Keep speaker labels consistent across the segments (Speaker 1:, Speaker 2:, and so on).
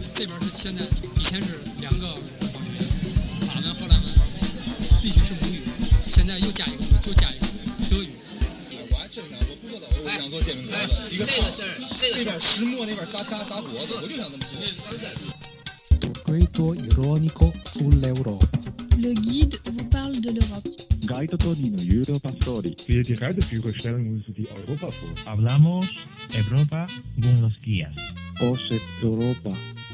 Speaker 1: 现在以前是两个方言，法文、荷兰文必须是母语，现在又加一个，又加一个德语。
Speaker 2: 我还真想做不做导游，我就想做煎饼
Speaker 3: 哎
Speaker 2: 果子，一
Speaker 3: 这
Speaker 2: 个
Speaker 3: 个
Speaker 2: 汤，
Speaker 3: 事儿，这个
Speaker 2: 这边石磨那边砸砸砸脖子，我就想这么做。
Speaker 4: Grito ironico sull'Europa.
Speaker 5: Le guide vous parle de l'Europe.
Speaker 6: Guide Tonino Europa Story.
Speaker 7: Wir die Reisebücher uns die Europa vor.
Speaker 8: Hablamos Europa, buenos días.
Speaker 6: Poset Europa.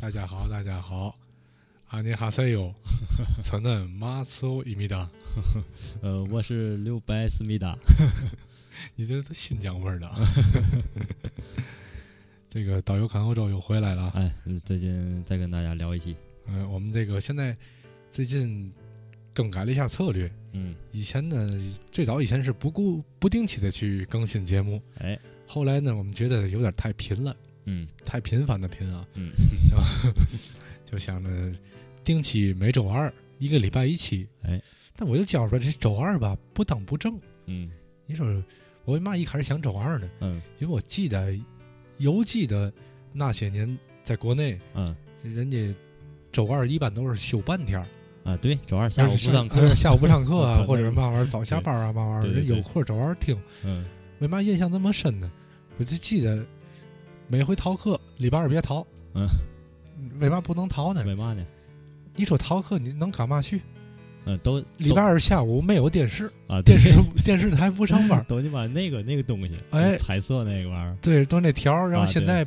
Speaker 9: 大家好，大家好，안녕하세요，저는마츠오입니다。
Speaker 10: 呃，我是六白思密达。
Speaker 9: 你这都新疆味儿 的啊。 这个导游看欧洲又回来了啊。
Speaker 10: 哎，嗯最近再跟大家聊一期，
Speaker 9: 嗯、我们这个现在最近更改了一下策略。
Speaker 10: 嗯，
Speaker 9: 以前呢，最早以前是不固不定期的去更新节目，
Speaker 10: 哎，
Speaker 9: 后来呢，我们觉得有点太频了，
Speaker 10: 嗯
Speaker 9: 太频繁的频啊，
Speaker 10: 嗯，
Speaker 9: 就 想着定期每周二一个礼拜一期。
Speaker 10: 哎，
Speaker 9: 但我就觉着这周二吧不当不正，
Speaker 10: 嗯
Speaker 9: 你说我为嘛一开始想周二呢？
Speaker 10: 嗯
Speaker 9: 因为我记得犹记得那些年在国内，
Speaker 10: 嗯
Speaker 9: 人家周二一般都是休半天儿，
Speaker 10: 啊，对，周二下午不上课。
Speaker 9: 呃下午不上课 啊，
Speaker 10: 真的
Speaker 9: 或者嘛玩意儿早下班啊，嘛玩意儿
Speaker 10: 对对
Speaker 9: 人
Speaker 10: 对
Speaker 9: 有空周二听，
Speaker 10: 嗯
Speaker 9: 为嘛印象那么深呢？我就记得每回逃课，礼拜二别逃，
Speaker 10: 嗯，
Speaker 9: 为嘛不能逃呢？
Speaker 10: 为嘛呢？
Speaker 9: 你说逃课你能干嘛去？
Speaker 10: 嗯，都
Speaker 9: 礼拜二下午没有电视，
Speaker 10: 都啊，对，
Speaker 9: 电视电视台不上班
Speaker 10: 都你妈那个那个东西，
Speaker 9: 哎
Speaker 10: 彩色那个玩意儿，
Speaker 9: 对，都那条儿。然后
Speaker 10: 啊
Speaker 9: 现
Speaker 10: 对
Speaker 9: 在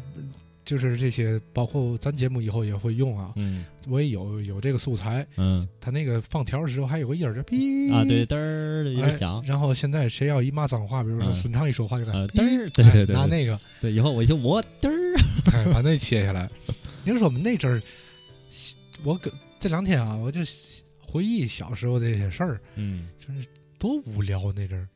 Speaker 9: 就是这些，包括咱节目以后也会用啊。
Speaker 10: 嗯
Speaker 9: 我也有有这个素材，
Speaker 10: 嗯
Speaker 9: 他那个放条的时候还有个音儿，就哔
Speaker 10: 啊，对，嘚儿的一
Speaker 9: 哎
Speaker 10: 声响，
Speaker 9: 然后现在谁要一骂脏话，比如说
Speaker 10: 嗯
Speaker 9: 孙畅一说话就感
Speaker 10: 啊，
Speaker 9: 觉
Speaker 10: 嘚
Speaker 9: 哔
Speaker 10: 儿，对对
Speaker 9: 拿
Speaker 10: 对对，
Speaker 9: 那个，
Speaker 10: 对，以后我就我嘚儿，啊
Speaker 9: 哎， 把那切下来。你说我们那阵儿，我跟这两天啊，我就回忆小时候这些事儿，
Speaker 10: 嗯，
Speaker 9: 真是多无聊啊那阵儿，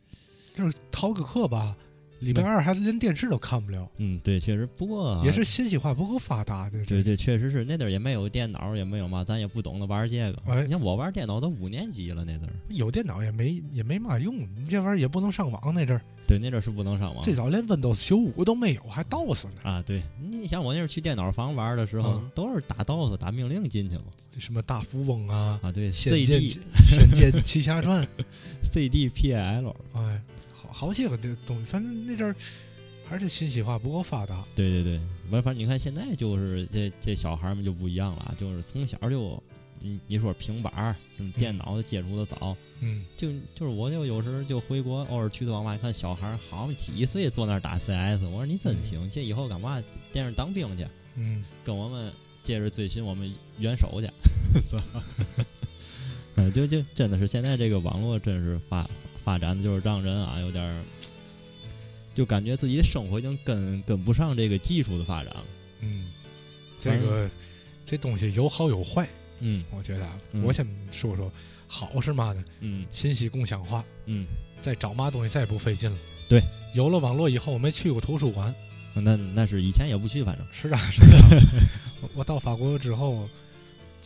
Speaker 9: 就是逃个课吧，礼拜二还连电视都看不了，
Speaker 10: 嗯，对，确实，不过啊
Speaker 9: 也是。信息化不够发达那阵
Speaker 10: 对
Speaker 9: 儿。
Speaker 10: 对，确实是那阵儿也没有电脑，也没有嘛，咱也不懂得玩这
Speaker 9: 哎
Speaker 10: 个。你看我玩电脑都五年级了那阵儿，
Speaker 9: 有电脑也没也没嘛用，你这玩意儿也不能上网。那阵儿
Speaker 10: 对，那阵儿是不能上网。
Speaker 9: 最早连 Windows 九五都没有，还 DOS 呢。
Speaker 10: 啊，对，你想我那时候去电脑房玩的时候，
Speaker 9: 嗯
Speaker 10: 都是打 DOS 打命令进去嘛。
Speaker 9: 什么大富翁啊，
Speaker 10: 啊，对
Speaker 9: 《仙剑
Speaker 10: ，CD
Speaker 9: 仙剑奇侠传》，
Speaker 10: CDPL，
Speaker 9: 哎，好好些个这东西，反正那阵儿还是信息化不够发达。
Speaker 10: 对对对，完反正你看现在就是这这小孩儿们就不一样了啊，就是从小就你你说平板儿、什么电脑接触的早，
Speaker 9: 嗯，
Speaker 10: 就就是我就有时候就回国，偶尔去的网吧一看小孩儿好嘛几岁坐那儿打 CS，我说你真行，这以后干嘛电视当兵去，
Speaker 9: 嗯，
Speaker 10: 跟我们接着追寻我们元首去，操！ 嗯，就就真的是现在这个网络真是发发展的，就是让人啊有点儿，就感觉自己的生活已经跟跟不上这个技术的发展了。
Speaker 9: 嗯，这个这东西有好有坏，
Speaker 10: 嗯
Speaker 9: 我觉得啊，
Speaker 10: 嗯
Speaker 9: 我先说说好是嘛呢？
Speaker 10: 嗯
Speaker 9: 信息共享化，
Speaker 10: 嗯，
Speaker 9: 再找嘛东西再也不费劲了。
Speaker 10: 对，
Speaker 9: 有了网络以后，我没去过图书馆，
Speaker 10: 那那是以前也不去，反正
Speaker 9: 是啊是啊。 我我到法国之后。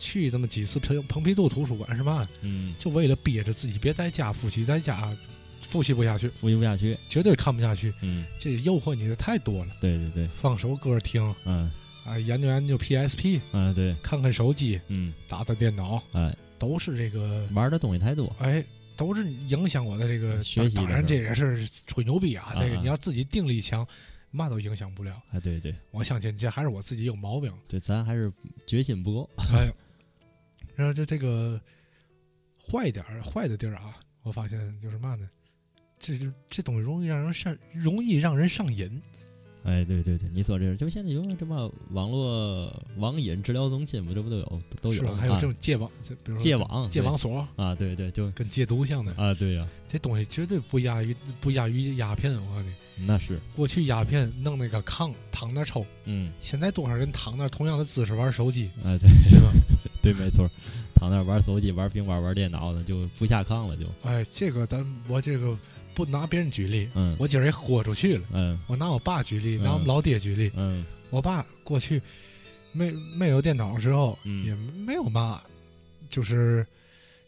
Speaker 9: 去这么几次蓬蓬皮杜图书馆是嘛？
Speaker 10: 嗯
Speaker 9: 就为了憋着自己别在家复习，在家复习不下去，
Speaker 10: 复习不下去。
Speaker 9: 绝对看不下去，
Speaker 10: 嗯，
Speaker 9: 这诱惑你的太多了。
Speaker 10: 对对对，
Speaker 9: 放首歌听
Speaker 10: 嗯
Speaker 9: 啊，研究研究 PSP，
Speaker 10: 嗯对，
Speaker 9: 看看手机，
Speaker 10: 嗯
Speaker 9: 打打电脑，
Speaker 10: 哎，
Speaker 9: 都是这个，
Speaker 10: 玩的东西太多。
Speaker 9: 哎，都是影响我的这个
Speaker 10: 学习的
Speaker 9: 当当然
Speaker 10: 事
Speaker 9: 这
Speaker 10: 儿
Speaker 9: 也是吹牛逼
Speaker 10: 啊
Speaker 9: 啊，这个
Speaker 10: 啊
Speaker 9: 你要自己定力强，嘛都影响不了。
Speaker 10: 啊，对对
Speaker 9: 我相信这还是我自己有毛 病。
Speaker 10: 对，咱还是决心不够。
Speaker 9: 哎，然后就这个坏点儿坏的地儿啊，我发现就是嘛呢，这就这东西容易让人上，容易让人上瘾。
Speaker 10: 哎，对对对，你所这是，就现在有什么网络网瘾治疗中心嘛，这不都有都都
Speaker 9: 是
Speaker 10: 有
Speaker 9: 吧？
Speaker 10: 啊
Speaker 9: 还有这种戒网，这比如说
Speaker 10: 戒网
Speaker 9: 戒
Speaker 10: 对
Speaker 9: 网所
Speaker 10: 啊，对对，就
Speaker 9: 跟戒毒像的，
Speaker 10: 啊，对呀、
Speaker 9: 这东西绝对不亚于不亚于鸦片。我告诉你，
Speaker 10: 那是，
Speaker 9: 过去鸦片弄那个炕躺那抽，
Speaker 10: 嗯，
Speaker 9: 现在多少人躺那同样的姿势玩手机，
Speaker 10: 啊，对
Speaker 9: 对吧？
Speaker 10: 对，没错，躺那儿玩手机、玩平板、玩电脑的，就不下炕了，就，
Speaker 9: 哎，这个咱我这个不拿别人举例，
Speaker 10: 嗯
Speaker 9: 我今儿也豁出去了。
Speaker 10: 嗯
Speaker 9: 我拿我爸举例，
Speaker 10: 嗯
Speaker 9: 拿我们老爹举例。
Speaker 10: 嗯
Speaker 9: 我爸过去没没有电脑的时候，
Speaker 10: 嗯
Speaker 9: 也没有嘛，就是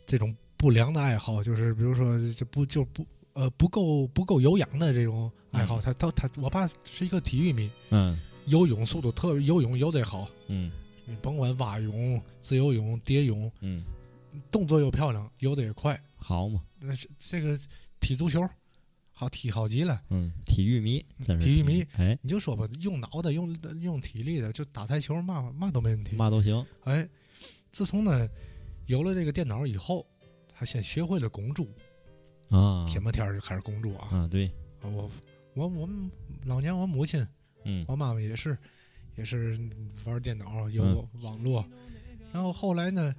Speaker 9: 这种不良的爱好，就是比如说就不就不呃不够不够有氧的这种爱好。他他他，我爸是一个体育迷，
Speaker 10: 嗯
Speaker 9: 游泳速度特别，游泳游得好，
Speaker 10: 嗯
Speaker 9: 你甭管蛙泳、自由泳、蝶泳，
Speaker 10: 嗯，
Speaker 9: 动作又漂亮，游得也快。
Speaker 10: 好嘛，
Speaker 9: 那是这个踢足球，好踢好极了。
Speaker 10: 嗯，体育迷，真是
Speaker 9: 体育迷
Speaker 10: 哎，
Speaker 9: 你就说吧，用脑袋、用用体力的，就打台球嘛嘛都没问题。
Speaker 10: 嘛都行，
Speaker 9: 哎，自从呢有了这个电脑以后，他先学会了拱柱，
Speaker 10: 啊
Speaker 9: 天不天儿就开始拱柱啊！
Speaker 10: 啊，对，
Speaker 9: 啊我我我们老娘我母亲
Speaker 10: 嗯
Speaker 9: 我妈妈也是也是玩电脑有
Speaker 10: 嗯
Speaker 9: 网络，然后后来呢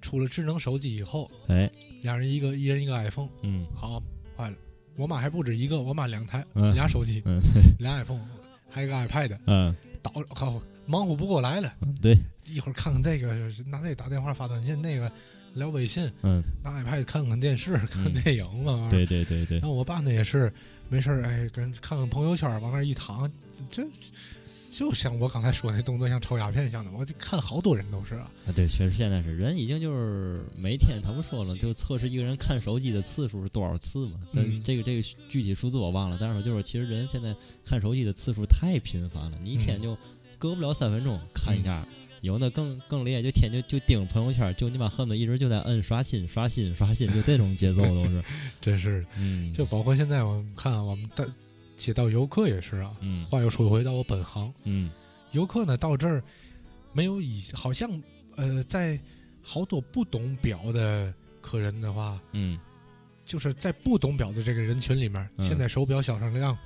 Speaker 9: 出了智能手机以后，
Speaker 10: 哎，
Speaker 9: 俩人一个一人一个 iPhone，
Speaker 10: 嗯
Speaker 9: 好坏了，我妈还不止一个，我妈两台、
Speaker 10: 嗯
Speaker 9: 俩手机
Speaker 10: 嗯
Speaker 9: 俩 iPhone，还有个 iPad，
Speaker 10: 嗯
Speaker 9: 倒好忙活不过来了。
Speaker 10: 嗯，对，
Speaker 9: 一会儿看看这个，拿这个打电话发短信，那个聊微信，
Speaker 10: 嗯，
Speaker 9: 拿 iPad 看看电视，看看电影啊嘛。玩意儿。
Speaker 10: 对对对对
Speaker 9: 然，后我爸呢也是没事儿，哎，跟看看朋友圈，往那儿一躺，这就像我刚才说那动作像抽鸦片一样的。我就看好多人都是啊，
Speaker 10: 啊，对，确实现在是人已经就是每天他们说了，就测试一个人看手机的次数是多少次嘛。但
Speaker 9: 嗯
Speaker 10: 这个这个具体数字我忘了，但是就是其实人现在看手机的次数太频繁了，你一
Speaker 9: 嗯
Speaker 10: 天就隔不了三分钟看一下。有那更更厉害，就天天就盯朋友圈，就你妈恨不得一直就在摁刷新、刷新、刷新，就这种节奏都 是。
Speaker 9: 真是。
Speaker 10: 嗯，
Speaker 9: 就包括现在我们看啊我们带接到游客也是啊。
Speaker 10: 嗯
Speaker 9: 话又说回到我本行，
Speaker 10: 嗯
Speaker 9: 游客呢到这儿没有以好像呃，在好多不懂表的客人的话，
Speaker 10: 嗯
Speaker 9: 就是在不懂表的这个人群里面，
Speaker 10: 嗯
Speaker 9: 现在手表销售量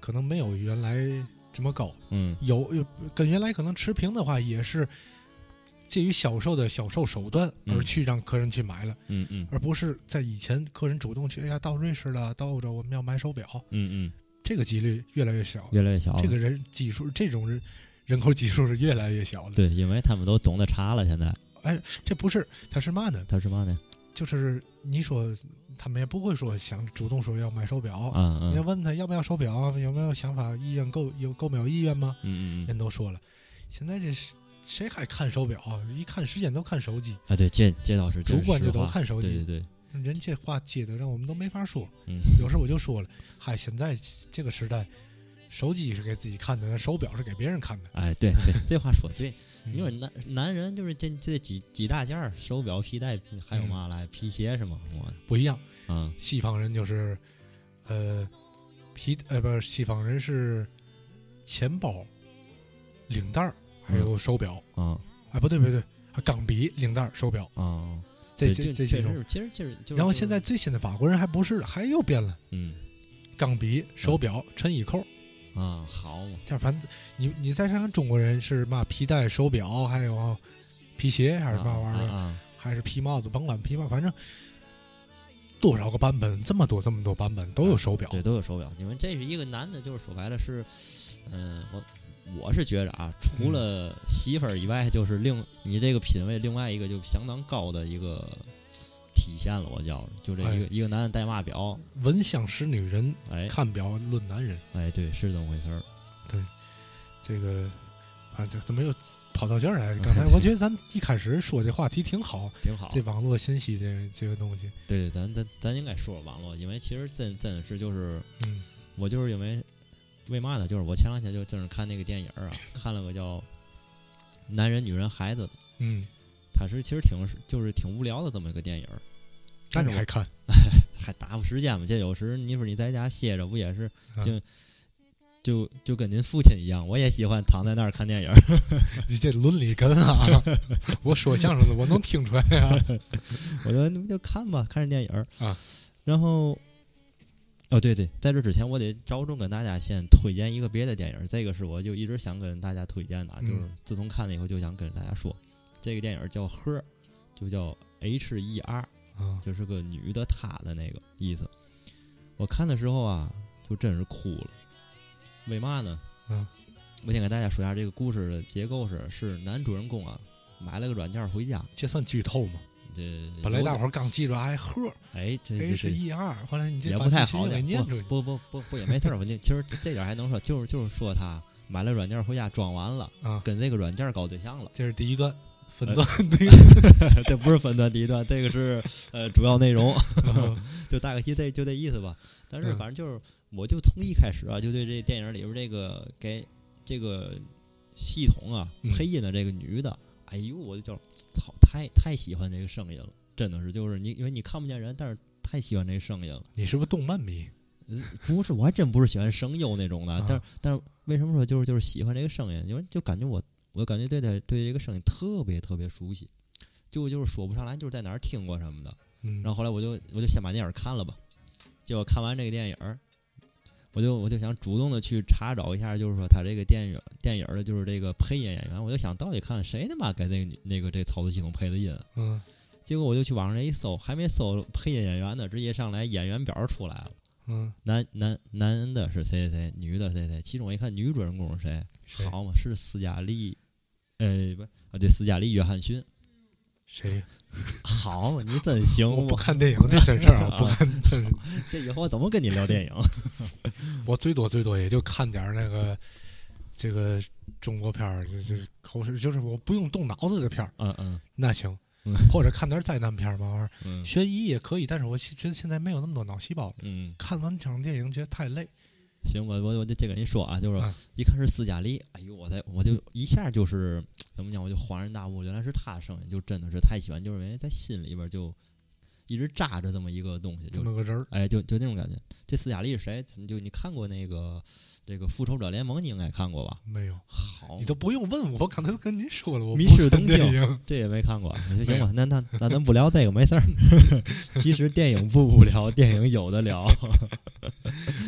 Speaker 9: 可能没有原来这么高，
Speaker 10: 嗯
Speaker 9: 有有跟原来可能持平的话，也是介于销售的销售手段
Speaker 10: 嗯
Speaker 9: 而去让客人去买了，
Speaker 10: 嗯嗯
Speaker 9: 而不是在以前客人主动去，哎呀，到瑞士了，到欧洲我们要买手表，
Speaker 10: 嗯嗯，
Speaker 9: 这个几率越来越小，
Speaker 10: 越来越小了。
Speaker 9: 这个人基数这种人人口基数是越来越小的。
Speaker 10: 对，因为他们都懂得查了，现在
Speaker 9: 这不是它是嘛呢？
Speaker 10: 他是嘛呢？
Speaker 9: 就是你说他们也不会说想主动说要买手表
Speaker 10: 啊啊
Speaker 9: 哦你要
Speaker 10: 嗯
Speaker 9: 问他要不要手表，有没有想法、意愿购有购买意愿吗？
Speaker 10: 嗯嗯
Speaker 9: 人都说了，现在这是谁还看手表啊？一看时间都看手机，
Speaker 10: 啊，对，这这倒是这
Speaker 9: 主
Speaker 10: 是
Speaker 9: 观
Speaker 10: 实
Speaker 9: 就都
Speaker 10: 话
Speaker 9: 看手
Speaker 10: 对
Speaker 9: 机
Speaker 10: 对。对，
Speaker 9: 人这话接的让我们都没法说。
Speaker 10: 嗯
Speaker 9: 有时候我就说了，嗨，现在这个时代，手机是给自己看的，手表是给别人看的。
Speaker 10: 哎，对对，这话说 对。
Speaker 9: 嗯
Speaker 10: 你说男男人就是这这几几大件儿，手表、皮带，还
Speaker 9: 嗯
Speaker 10: 有嘛来皮鞋什么，我
Speaker 9: 不一样，
Speaker 10: 啊，
Speaker 9: 西方人就是，呃，皮呃不是西方人是钱包、领带儿还有手表。
Speaker 10: 啊
Speaker 9: 哎，不对不对，啊钢笔、领带儿、手表。
Speaker 10: 啊，
Speaker 9: 这
Speaker 10: 对
Speaker 9: 哦这
Speaker 10: 就
Speaker 9: 这
Speaker 10: 确
Speaker 9: 几
Speaker 10: 实
Speaker 9: 种。
Speaker 10: 是，其实就是就是，
Speaker 9: 然后现在最新的法国人还不是了，还又变了，
Speaker 10: 嗯
Speaker 9: 钢笔、手表、衬衣扣。
Speaker 10: 啊好嘛，
Speaker 9: 这反正你你再看看中国人是嘛皮带、手表，还有皮鞋还是嘛玩意
Speaker 10: 啊
Speaker 9: 儿，
Speaker 10: 啊，
Speaker 9: 还是皮帽子，甭管皮帽，反正多少个版本，这么多这么多版本都有手表。
Speaker 10: 啊对，都有手表。你们这是一个男的，就是说白了是，嗯，我我是觉着啊，除
Speaker 9: 嗯
Speaker 10: 了媳妇儿以外，就是另你这个品味，另外一个就相当高的一个体现了。我觉着，就这一个、一个男的戴嘛表，
Speaker 9: 闻香识女人，
Speaker 10: 哎
Speaker 9: 哎看表论男人。
Speaker 10: 哎，对，是这么回事儿。
Speaker 9: 这个啊，这怎么又跑到这儿来？ 刚才我觉得咱一开始说这话题挺好，
Speaker 10: 挺好。
Speaker 9: 这网络信息这这个东西，
Speaker 10: 对对，咱咱咱应该说网络，因为其实真真的是就是
Speaker 9: 嗯
Speaker 10: 我就是因为为嘛呢？就是我前两天就正是看那个电影儿啊， 看了个叫《男人、女人、孩子》的，
Speaker 9: 嗯，
Speaker 10: 它是其实挺就是挺无聊的这么一个电影儿，
Speaker 9: 那
Speaker 10: 但是
Speaker 9: 你
Speaker 10: 我
Speaker 9: 还看？
Speaker 10: 还打发时间嘛。这有时你说你在家歇着，不也是
Speaker 9: 嗯
Speaker 10: 就、就就跟您父亲一样，我也喜欢躺在那儿看电影儿。
Speaker 9: 你这伦理根啊！我说相声的，我能听出来啊。
Speaker 10: 我说你们就看吧，看着电影儿
Speaker 9: 啊。
Speaker 10: 然后哦，对对，在这之前我得着重跟大家先推荐一个别的电影，这个是我就一直想跟大家推荐的，
Speaker 9: 嗯
Speaker 10: 就是自从看了以后就想跟大家说，这个电影叫《Her》，就叫 H E R，
Speaker 9: 啊，
Speaker 10: 就是个女的她的那个意思。我看的时候啊，就真是哭了，为嘛呢？
Speaker 9: 嗯，
Speaker 10: 我先给大家说一下这个故事的结构是：是男主人公啊买了个软件回家，
Speaker 9: 这算剧透吗？
Speaker 10: 这
Speaker 9: 本来大伙儿刚记住 I 喝
Speaker 10: 哎这这这
Speaker 9: H
Speaker 10: 啊
Speaker 9: E R，后来你这
Speaker 10: 也
Speaker 9: 把
Speaker 10: 不太
Speaker 9: 这
Speaker 10: 好
Speaker 9: 信息给
Speaker 10: 点，
Speaker 9: 念出去，
Speaker 10: 不不不不不也没事儿，我就其实这点还能说，就是就是说他买了软件回家装完了，
Speaker 9: 啊。
Speaker 10: 跟这个软件搞对象 了
Speaker 9: 这是第一段分
Speaker 10: 呃
Speaker 9: 段那 个
Speaker 10: 这不是分段第一段，这个是呃主要内容，
Speaker 9: 啊
Speaker 10: 就大概其这就这意思吧。但是
Speaker 9: 嗯
Speaker 10: 反正就是，我就从一开始啊，就对这电影里边这个给这个系统啊
Speaker 9: 嗯
Speaker 10: 配音的这个女的，哎呦，我就叫操，太太喜欢这个声音了，真的是就是你因为你看不见人，但是太喜欢这个声音了。
Speaker 9: 你是不是动漫迷？
Speaker 10: 不是，我还真不是喜欢声优那种的，
Speaker 9: 啊
Speaker 10: 但是但是为什么说就是就是喜欢这个声音？因为就感觉我我感觉对他对这个声音特别特别熟悉，就就是说不上来就是在哪儿听过什么的。
Speaker 9: 嗯，
Speaker 10: 然后后来我就我就先把电影看了吧，结果看完这个电影儿，我就我就想主动的去查找一下，就是说他这个电影电影儿的就是这个配音演员，我就想到底看谁他妈给这个女那个这操作系统配的音。啊
Speaker 9: 嗯
Speaker 10: 结果我就去网上一搜，还没搜配音演员呢，直接上来演员表儿出来了。
Speaker 9: 嗯，
Speaker 10: 男男男的是谁谁谁，女的谁谁，其中我一看女主人公是谁，
Speaker 9: 谁
Speaker 10: 好嘛，是斯嘉丽，呃不啊对，斯嘉丽约翰逊，
Speaker 9: 谁？
Speaker 10: 好嘛，你真行
Speaker 9: 我不
Speaker 10: 我
Speaker 9: 看电影这真 事儿啊，不看真是。
Speaker 10: 这以后我怎么跟你聊电影？
Speaker 9: 我最多最多也就看点儿那个这个中国片儿，就是口水，就是我不用动脑子的片儿，
Speaker 10: 嗯嗯
Speaker 9: 那行
Speaker 10: 嗯。
Speaker 9: 或者看点儿灾难片儿吧，玩意儿
Speaker 10: 嗯
Speaker 9: 悬疑也可以，但是我其觉得现在没有那么多脑细胞了。
Speaker 10: 嗯，
Speaker 9: 看完场电影觉得太累，
Speaker 10: 行，我我我就这跟你说啊，就是
Speaker 9: 嗯
Speaker 10: 一看是斯嘉丽，哎呦，我在我就一下就是怎么讲，我就恍然大悟，原来是她声音，就真的是太喜欢，就是因为在心里边就一直扎着这么一个东西，就
Speaker 9: 这么个人儿，
Speaker 10: 哎，就就那种感觉。这斯嘉丽是谁？就你看过那个这个《复仇者联盟》，你应该看过吧？
Speaker 9: 没有，
Speaker 10: 好
Speaker 9: 你，都不用问我，我刚才都跟您说了，我
Speaker 10: 迷
Speaker 9: 不
Speaker 10: 失
Speaker 9: 看
Speaker 10: 东
Speaker 9: 电
Speaker 10: 京
Speaker 9: 影，
Speaker 10: 这也没看过，那就行
Speaker 9: 没有
Speaker 10: 吧。那那那咱不聊这个，没事儿。 其实电影不无聊，电影有的聊。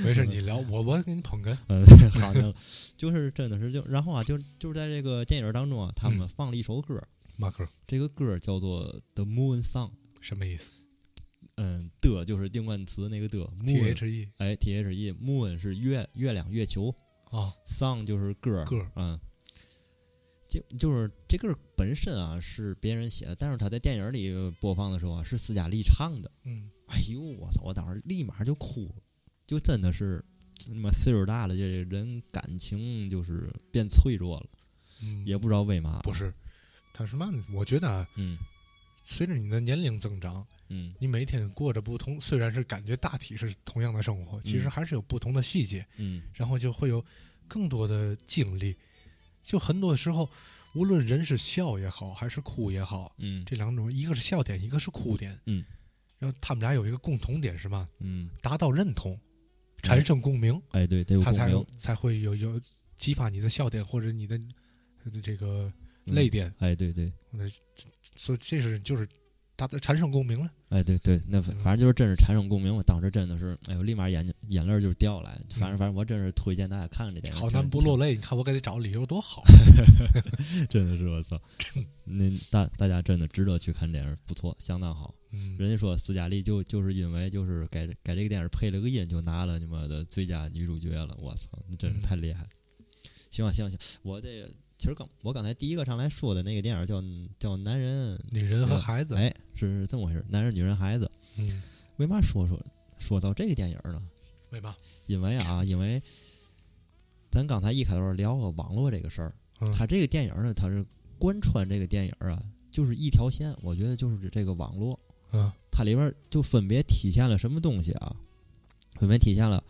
Speaker 9: 没事，你聊，我我给你捧哏，
Speaker 10: 嗯，好像就是真的是就然后啊，就就是在这个电影当中啊，他
Speaker 9: 嗯
Speaker 10: 们放了一首歌，
Speaker 9: 马哥
Speaker 10: 这个歌叫做《The Moon Song》。
Speaker 9: 什么意思
Speaker 10: 嗯，的就是定冠词那个的
Speaker 9: ？T
Speaker 10: moon，
Speaker 9: H E
Speaker 10: 哎，T H E，moon 是月月亮月球，
Speaker 9: 啊，
Speaker 10: song 就是歌儿
Speaker 9: 歌儿
Speaker 10: 嗯，就就是这歌儿本身啊是别人写的，但是他在电影里播放的时候啊是斯嘉丽唱的。
Speaker 9: 嗯，
Speaker 10: 哎呦，我操！我当时立马就哭了，就真的是那么岁数大了，这人感情就是变脆弱了，
Speaker 9: 嗯
Speaker 10: 也不知道为嘛。
Speaker 9: 不是，他是嘛呢？我觉得啊，
Speaker 10: 嗯
Speaker 9: 随着你的年龄增长，
Speaker 10: 嗯
Speaker 9: 你每天过着不同，虽然是感觉大体是同样的生活，其实还是有不同的细节，
Speaker 10: 嗯
Speaker 9: 然后就会有更多的经历。就很多时候，无论人是笑也好，还是哭也好，
Speaker 10: 嗯
Speaker 9: 这两种，一个是笑点，一个是哭点。
Speaker 10: 嗯，
Speaker 9: 然后他们俩有一个共同点是嘛？
Speaker 10: 嗯，
Speaker 9: 达到认同，产生共鸣，
Speaker 10: 哎，对，得有
Speaker 9: 他
Speaker 10: 共
Speaker 9: 才
Speaker 10: 鸣。
Speaker 9: 才会有有激发你的笑点或者你的呃这个泪点。
Speaker 10: 哎，对对，
Speaker 9: 所以这是就是达到产生共鸣了。
Speaker 10: 哎，对对，那反
Speaker 9: 嗯
Speaker 10: 反正就是真是产生共鸣，我当时真的是，哎呦，立马眼睛眼泪儿就掉下来。反正反正我真是推荐大家看这电影，
Speaker 9: 嗯好
Speaker 10: 真
Speaker 9: 男不落泪，你看我给他找理由 多好。
Speaker 10: 挺，真的是我操， 那大大家真的值得去看电影，不错，相当好。
Speaker 9: 嗯，
Speaker 10: 人家说斯嘉丽就就是因为就是给给这个电影配了个音，就拿了你们的最佳女主角了，我操，那真是
Speaker 9: 嗯
Speaker 10: 太厉害了。行吧行吧行，我这其实刚我刚才第一个上来说的那个电影叫叫《男人
Speaker 9: 女人和孩》，子，
Speaker 10: 哎，是是这么回事儿，男人女人孩子，
Speaker 9: 嗯，
Speaker 10: 为嘛说说说到这个电影儿呢？
Speaker 9: 为嘛？
Speaker 10: 因为啊，因为咱刚才一开头聊了网络这个事儿，
Speaker 9: 嗯
Speaker 10: 它这个电影呢，它是贯穿这个电影啊，就是一条线，我觉得就是这个网络，
Speaker 9: 嗯，
Speaker 10: 它里边儿就分别体现了什么东西啊？分别体现了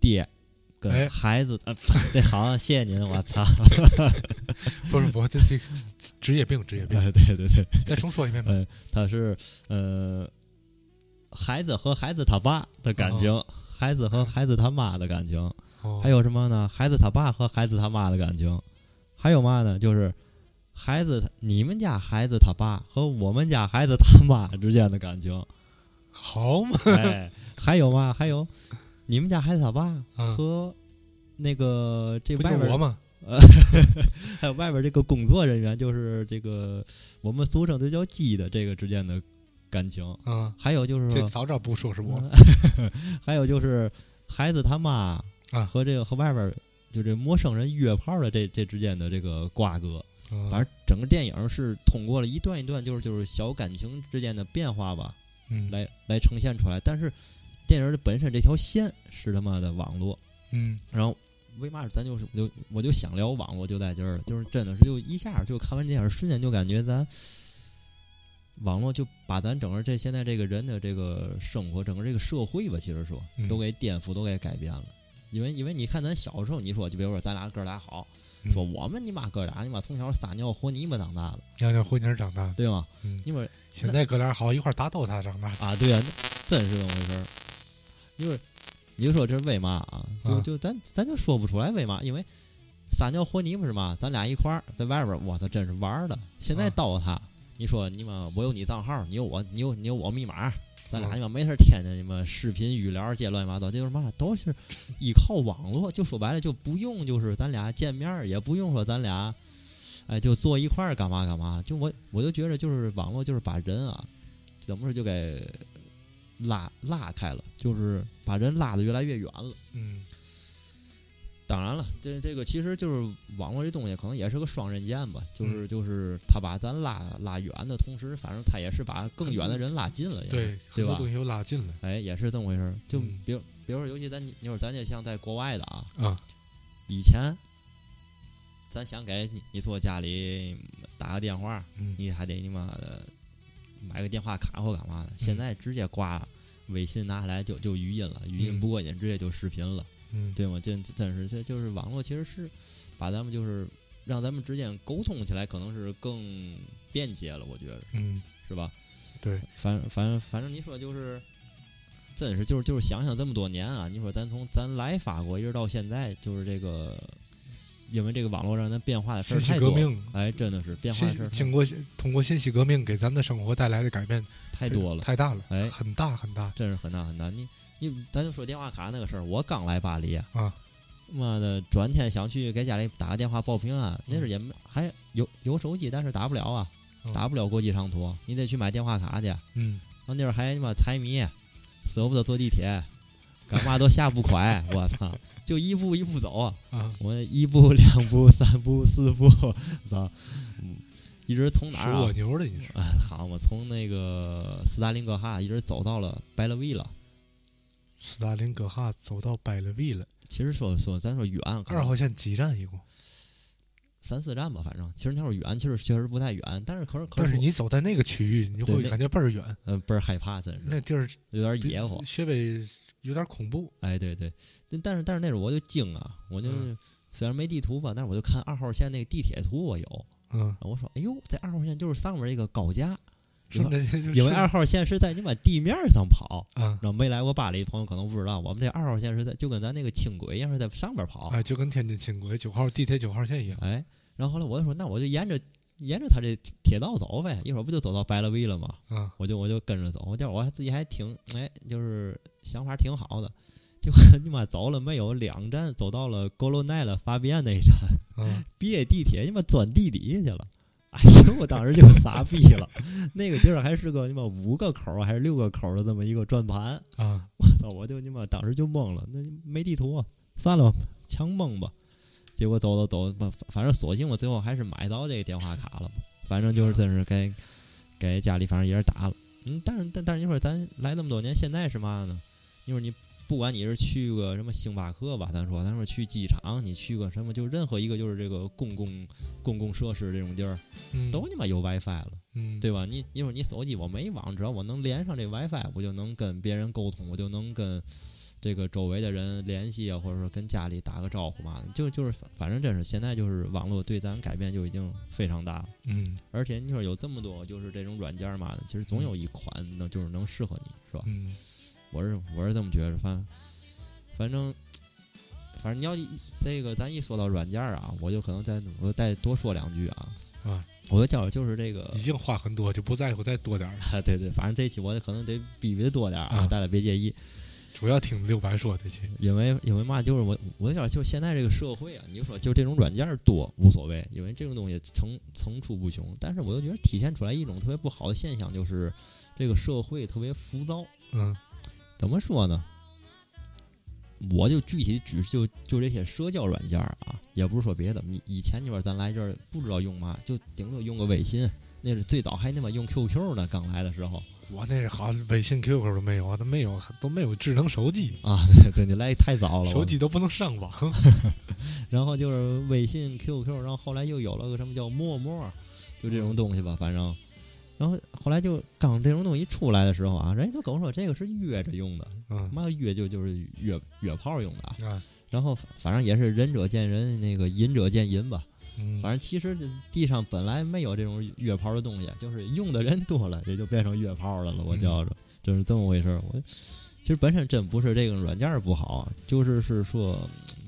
Speaker 10: 爹
Speaker 9: 哎
Speaker 10: 跟孩子，呃， 对，好，谢谢您，我操，
Speaker 9: 不是我这这职业病，职业病。
Speaker 10: 对哎对对，
Speaker 9: 再重说一遍吧。
Speaker 10: 呃，他是呃，孩子和孩子他爸的感情，孩子和孩子他妈的感情。
Speaker 9: 哦
Speaker 10: 哎还有什么呢？孩子他爸和孩子他妈的感情，还有嘛呢？就是孩子他你们家孩子他爸和我们家孩子他妈之间的感情，
Speaker 9: 好嘛，
Speaker 10: 哎，还有吗？还有，你们家孩子他爸
Speaker 9: 啊
Speaker 10: 和那个这
Speaker 9: 不就
Speaker 10: 外边
Speaker 9: 我
Speaker 10: 儿
Speaker 9: 吗？
Speaker 10: 还有外边儿这个工作人员，就是这个我们俗称这叫“鸡”的这个之间的感情，
Speaker 9: 啊，
Speaker 10: 还有就是
Speaker 9: 这
Speaker 10: 说
Speaker 9: 早知道不说是我，
Speaker 10: 还有就是孩子他妈
Speaker 9: 啊
Speaker 10: 和这个和外边儿就这陌生人约炮的这这之间的这个瓜葛，
Speaker 9: 嗯
Speaker 10: 反正整个电影是通过了一段一段就是就是小感情之间的变化吧，
Speaker 9: 嗯
Speaker 10: 来来呈现出来。但是电影的本身这条线是他妈的网络，
Speaker 9: 嗯
Speaker 10: 然后为嘛咱就是我就我就想聊网络就在这儿了，就是真的是就一下就看完电影瞬间就感觉咱网络就把咱整个这现在这个人的这个生活，整个这个社会吧，其实说
Speaker 9: 嗯
Speaker 10: 都给颠覆，都给改变了。因为因为你看咱小时候，你说就比如说咱俩哥俩好，
Speaker 9: 嗯
Speaker 10: 说我们你妈哥俩你妈从小撒尿和泥巴长大的，
Speaker 9: 要叫婚儿长大，
Speaker 10: 对吗？
Speaker 9: 嗯
Speaker 10: 因为
Speaker 9: 现在哥俩好一块儿打斗，他长大，
Speaker 10: 啊，对啊，真是这么回事儿。就是你就说这是为嘛啊？就
Speaker 9: 啊
Speaker 10: 就咱咱就说不出来为嘛，因为撒尿和泥巴是嘛，咱俩一块儿在外边儿，我操，真是玩儿的。现在
Speaker 9: 啊
Speaker 10: 到他，你说你妈，我有你账号，你有我，你有你有我密码。咱俩
Speaker 9: 嗯
Speaker 10: 你妈没事儿天天你妈视频语聊儿这些乱七八糟，这就是嘛，都是依靠网络。就说白了，就不用就是咱俩见面儿，也不用说咱俩，哎，就坐一块儿干嘛干嘛。就我我就觉得就是网络就是把人啊，怎么说就给拉拉开了，就是把人拉得越来越远了。
Speaker 9: 嗯
Speaker 10: 当然了，这这个其实就是网络这东西，可能也是个双刃剑吧。就是就是，他把咱拉拉远的同时，反正他也是把更远的人拉近了。也是，
Speaker 9: 对，
Speaker 10: 对
Speaker 9: 很
Speaker 10: 吧
Speaker 9: 多东西又拉近了
Speaker 10: 哎，也是这么回事儿。就
Speaker 9: 嗯
Speaker 10: 比如，比如说，尤其咱你说咱这像在国外的啊，
Speaker 9: 啊，
Speaker 10: 以前咱想给你你从家里打个电话，
Speaker 9: 嗯
Speaker 10: 你还得你妈的买个电话卡或干嘛
Speaker 9: 嗯
Speaker 10: 的，现在直接挂微信拿下来就就语音了，语音
Speaker 9: 嗯
Speaker 10: 不过瘾直接就视频了。
Speaker 9: 嗯
Speaker 10: 对吗？这真是这就是网络，其实是把咱们就是让咱们之间沟通起来，可能是更便捷了，我觉得
Speaker 9: 嗯，
Speaker 10: 是吧？
Speaker 9: 对，
Speaker 10: 反反正反正你说就是，真是就是就是想想这么多年啊，你说咱从咱来法国一直到现在，就是这个，因为这个网络让咱变化的啊事儿
Speaker 9: 信息
Speaker 10: 太
Speaker 9: 革
Speaker 10: 多，
Speaker 9: 命。
Speaker 10: 哎，真的是变化的事儿
Speaker 9: 信
Speaker 10: 太
Speaker 9: 经过信通过信息革命给咱们的生活带来的改变
Speaker 10: 太多了，
Speaker 9: 太大了，
Speaker 10: 哎
Speaker 9: 很大很大。
Speaker 10: 真是很大很大。你你咱就说电话卡那个事儿，我刚来巴黎
Speaker 9: 啊，
Speaker 10: 妈的，转天想去给家里打个电话报平安，那是也没还有有手机，但是打不了啊，
Speaker 9: 嗯
Speaker 10: 打不了国际长途，你得去买电话卡去。
Speaker 9: 嗯，
Speaker 10: 完那会儿还他妈财迷，舍不得坐地铁，干嘛都下不快，我操！就一步一步走，
Speaker 9: 啊，
Speaker 10: 我一步两步三步四步，我操，嗯，一直从哪
Speaker 9: 属
Speaker 10: 儿、啊
Speaker 9: 我？牛的你是
Speaker 10: 哎，好，我从那个斯大林格哈一直走到了白勒维了。
Speaker 9: 斯大林格哈走到百勒维了，
Speaker 10: 其实说说咱说远，可能
Speaker 9: 二号线几站一共？
Speaker 10: 三四站吧，反正其实那会儿远，其实确实不太远，但是可是可
Speaker 9: 但是
Speaker 10: 我
Speaker 9: 你走在那个区域，你就
Speaker 10: 对
Speaker 9: 会
Speaker 10: 那
Speaker 9: 感觉倍儿远，
Speaker 10: 呃倍儿害怕，真是
Speaker 9: 那地儿
Speaker 10: 有点野火。
Speaker 9: 稍微有点恐怖。
Speaker 10: 哎，对对，但但是但是那时候我就惊啊，我就、
Speaker 9: 嗯
Speaker 10: 虽然没地图吧，但是我就看二号线那个地铁图我有，
Speaker 9: 嗯，
Speaker 10: 然后我说哎呦，在二号线就是上面一个高架，
Speaker 9: 顺着嗯就是
Speaker 10: 因为二号线是在你把地面上跑。
Speaker 9: 啊，
Speaker 10: 然后没来过巴黎的朋友可能不知道，我们这二号线是在就跟咱那个轻轨一样是在上边跑。
Speaker 9: 哎，就跟天津轻轨九号地铁九号线一样。
Speaker 10: 哎，然后后来我就说，那我就沿着沿着他这铁道走呗，一会儿不就走到白勒维了吗？
Speaker 9: 啊，
Speaker 10: 我就我就跟着走，我觉得我还自己还挺哎，就是想法挺好的。结果 你妈走了没有两站，走到了 g o l o n e 了发边那一站，
Speaker 9: 嗯，
Speaker 10: 别地铁你妈钻地底下去了。哎呦，我当时就 傻逼了。那个地儿还是个你妈五个口儿还是六个口儿的这么一个转盘，
Speaker 9: 啊，
Speaker 10: 我操！我就你妈当时就懵了，那没地图、啊，算了吧，强蒙吧。结果走走走，反反正索性我最后还是买到这个电话卡了吧。反正就是真是给给家里反正也是打了。嗯，但是但但是你说咱来那么多年，现在是嘛呢？你说你不管你是去个什么星巴克吧，咱说咱说去机场，你去个什么就任何一个就是这个公共公共设施这种地儿，
Speaker 9: 嗯
Speaker 10: 都你妈有 WiFi 了。
Speaker 9: 嗯
Speaker 10: 对吧？你你说你手机我没网，只要我能连上这 WiFi，我就能跟别人沟通，我就能跟这个周围的人联系啊，或者说跟家里打个招呼嘛。就就是反反正真是现在就是网络对咱改变就已经非常大了，
Speaker 9: 嗯
Speaker 10: 而且你说有这么多就是这种软件嘛，其实总有一款能就是能适合你，是吧？
Speaker 9: 嗯
Speaker 10: 我是我是这么觉着，反反正反正你要一这个咱一说到软件儿啊，我就可能再我再多说两句啊。
Speaker 9: 啊，
Speaker 10: 我的教育就是这个
Speaker 9: 已经话很多，就不在乎再多点儿了。
Speaker 10: 啊， 对对，反正这一期我可能得比比的多点儿啊，
Speaker 9: 啊
Speaker 10: 大家别介意，
Speaker 9: 主要听六白说这些，
Speaker 10: 因为因为嘛，就是我我想就是现在这个社会啊，你就说就是这种软件儿多无所谓，因为这种东西层层出不穷，但是我又觉得体现出来一种特别不好的现象，就是这个社会特别浮躁。
Speaker 9: 嗯
Speaker 10: 怎么说呢？我就具体举就就这些社交软件儿啊，也不是说别的。你以前你说咱来这儿不知道用嘛，就顶多用个微信，那是最早还他妈用 QQ 呢，刚来的时候
Speaker 9: 我那是好像微信、QQ 都没有啊，都没有，都没有智能手机，
Speaker 10: 啊，对对，你来太早了。
Speaker 9: 手
Speaker 10: 我，
Speaker 9: 机都不能 上网。
Speaker 10: 然后就是微信、QQ，然后后来又有了个什么叫陌陌，就这种东西吧，反正。然后后来就刚这种东西出来的时候啊，人家都跟我说这个是约着用的，
Speaker 9: 嗯
Speaker 10: 妈约就就是约约炮用的啊。
Speaker 9: 啊，
Speaker 10: 然后反反正也是仁者见仁，那个仁者见仁吧。
Speaker 9: 嗯
Speaker 10: 反正其实这地上本来没有这种约炮的东西，就是用的人多了，也就变成约炮的了。我觉着就是这么回事儿。我其实本身真不是这个软件儿不好，啊就是是说，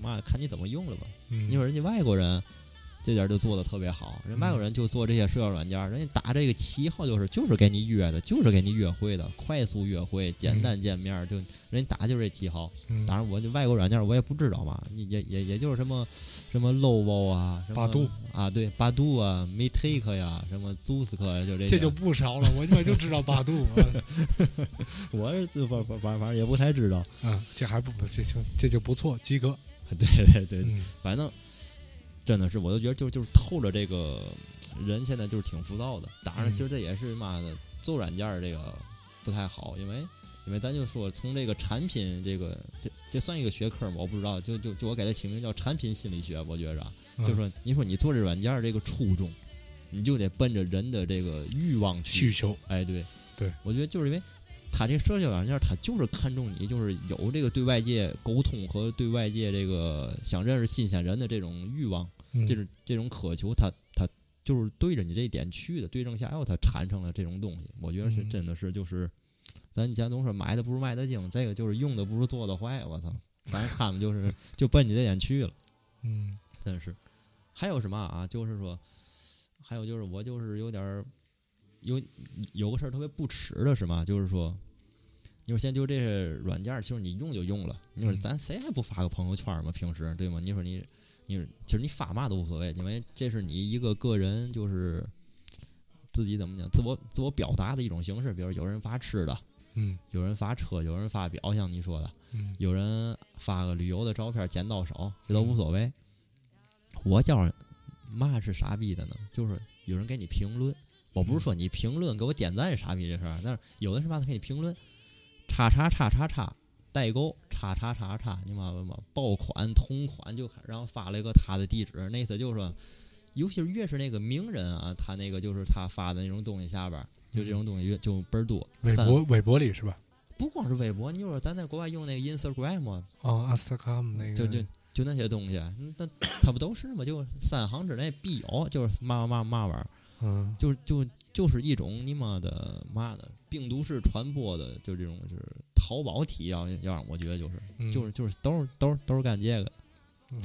Speaker 10: 妈看你怎么用了吧。
Speaker 9: 嗯
Speaker 10: 你说人家外国人这点儿就做的特别好，人家外国人就做这些社交软件儿，人家打这个旗号就是就是给你约的，就是给你约会的，快速约会，简单见面儿，就人家打就是这旗号。
Speaker 9: 嗯
Speaker 10: 当然，我这外国软件我也不知道嘛，也也也就是什么什么 Lovo 啊，什么
Speaker 9: 百度
Speaker 10: 啊，对，百度啊，Meetake 呀、什么 Zusk 呀、就这 些。
Speaker 9: 这就不少了，我他妈就知道百度。啊
Speaker 10: 我是自反反反反正也不太知道。
Speaker 9: 嗯，这还不这行，这就不错，及格。
Speaker 10: 对对对，
Speaker 9: 嗯
Speaker 10: 反正真的是，我就觉得就就是透着这个人现在就是挺浮躁的。当然，
Speaker 9: 嗯
Speaker 10: 其实这也是妈的做软件儿这个不太好，因为因为咱就说从这个产品这个这这算一个学科吗？我不知道，就就就我给它起名叫产品心理学，我觉着啊
Speaker 9: 嗯
Speaker 10: 就说你说你做这软件儿这个初衷，你就得奔着人的这个欲望去
Speaker 9: 需求，
Speaker 10: 哎，对，
Speaker 9: 对，
Speaker 10: 我觉得就是因为它这社交软件儿，它就是看重你，就是有这个对外界沟通和对外界这个想认识新鲜人的这种欲望，
Speaker 9: 嗯
Speaker 10: 这种这种渴求，它它就是对着你这一点去的，对症下药，它产生了这种东西。我觉得是
Speaker 9: 嗯
Speaker 10: 真的是就是，咱以前总说买的不如卖的精，这个就是用的不如做的坏，我操，反正他们就是就奔你这点去了。
Speaker 9: 嗯
Speaker 10: 真是。还有什么啊？就是说，还有就是我就是有点儿有有个事儿特别不耻的是嘛，就是说，你说现在就这些软件儿，其实你用就用了。你说
Speaker 9: 嗯
Speaker 10: 咱谁还不发个朋友圈儿嘛？平时对吗？你说你你其实你发嘛都无所谓，因为这是你一个个人就是自己怎么讲自我自我表达的一种形式。比如有人发吃的，
Speaker 9: 嗯
Speaker 10: 有人发车，有人发表，像你说的，
Speaker 9: 嗯
Speaker 10: 有人发个旅游的照片，捡到手，这都无所谓。我觉着嘛是傻逼的呢？就是有人给你评论，我不是说你评论给我点赞是傻逼这事儿，但是有的是嘛，他给你评论，叉叉叉叉叉代购，叉叉叉叉，你妈妈爆款同款就，然后发了一个他的地址，那次就说，尤其是越是那个名人啊，他那个就是他发的那种东西下边儿，就这种东西越就倍儿多，
Speaker 9: 韦
Speaker 10: 散
Speaker 9: 伯韦伯里是吧？
Speaker 10: 不光是微博，你说咱在国外用那个 Instagram，啊
Speaker 9: 哦，阿斯特卡姆那个
Speaker 10: 就就就那些东西，啊那它不都是吗？就三行之内必有，就是嘛嘛嘛玩意儿，
Speaker 9: 嗯
Speaker 10: 就是就就是一种你妈的妈的病毒式传播的，就这种就是淘宝体要要让我觉得就是
Speaker 9: 嗯
Speaker 10: 就是就是都是都是都是干这个，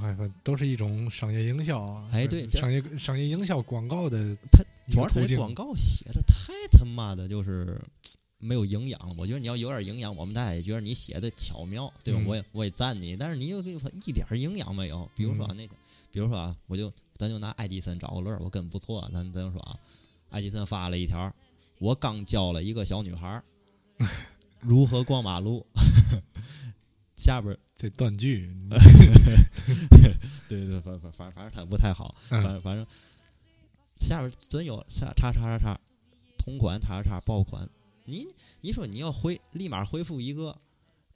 Speaker 9: 哎，反都是一种商业营销啊！
Speaker 10: 哎对这
Speaker 9: 商业商业营销广告的
Speaker 10: 它
Speaker 9: 一
Speaker 10: 主
Speaker 9: 个
Speaker 10: 要它
Speaker 9: 途
Speaker 10: 这
Speaker 9: 径
Speaker 10: 广告写的太他妈的就是没有营养了。我觉得你要有点营养，我们大家也觉得你写的巧妙，对吧？
Speaker 9: 嗯
Speaker 10: 我也我也赞你，但是你又给我一点儿营养没有。比如说
Speaker 9: 嗯
Speaker 10: 啊那个，比如说啊，我就咱就拿爱迪生找个乐儿，我跟不错，咱咱就说啊，爱迪生发了一条儿，我刚教了一个小女孩 儿如何过马路， 下边儿
Speaker 9: 这断句，
Speaker 10: 对对，反反反反正他不太好，
Speaker 9: 嗯
Speaker 10: 反反正下边真有下叉叉叉叉同款叉叉叉爆款，你你说你要回立马回复一个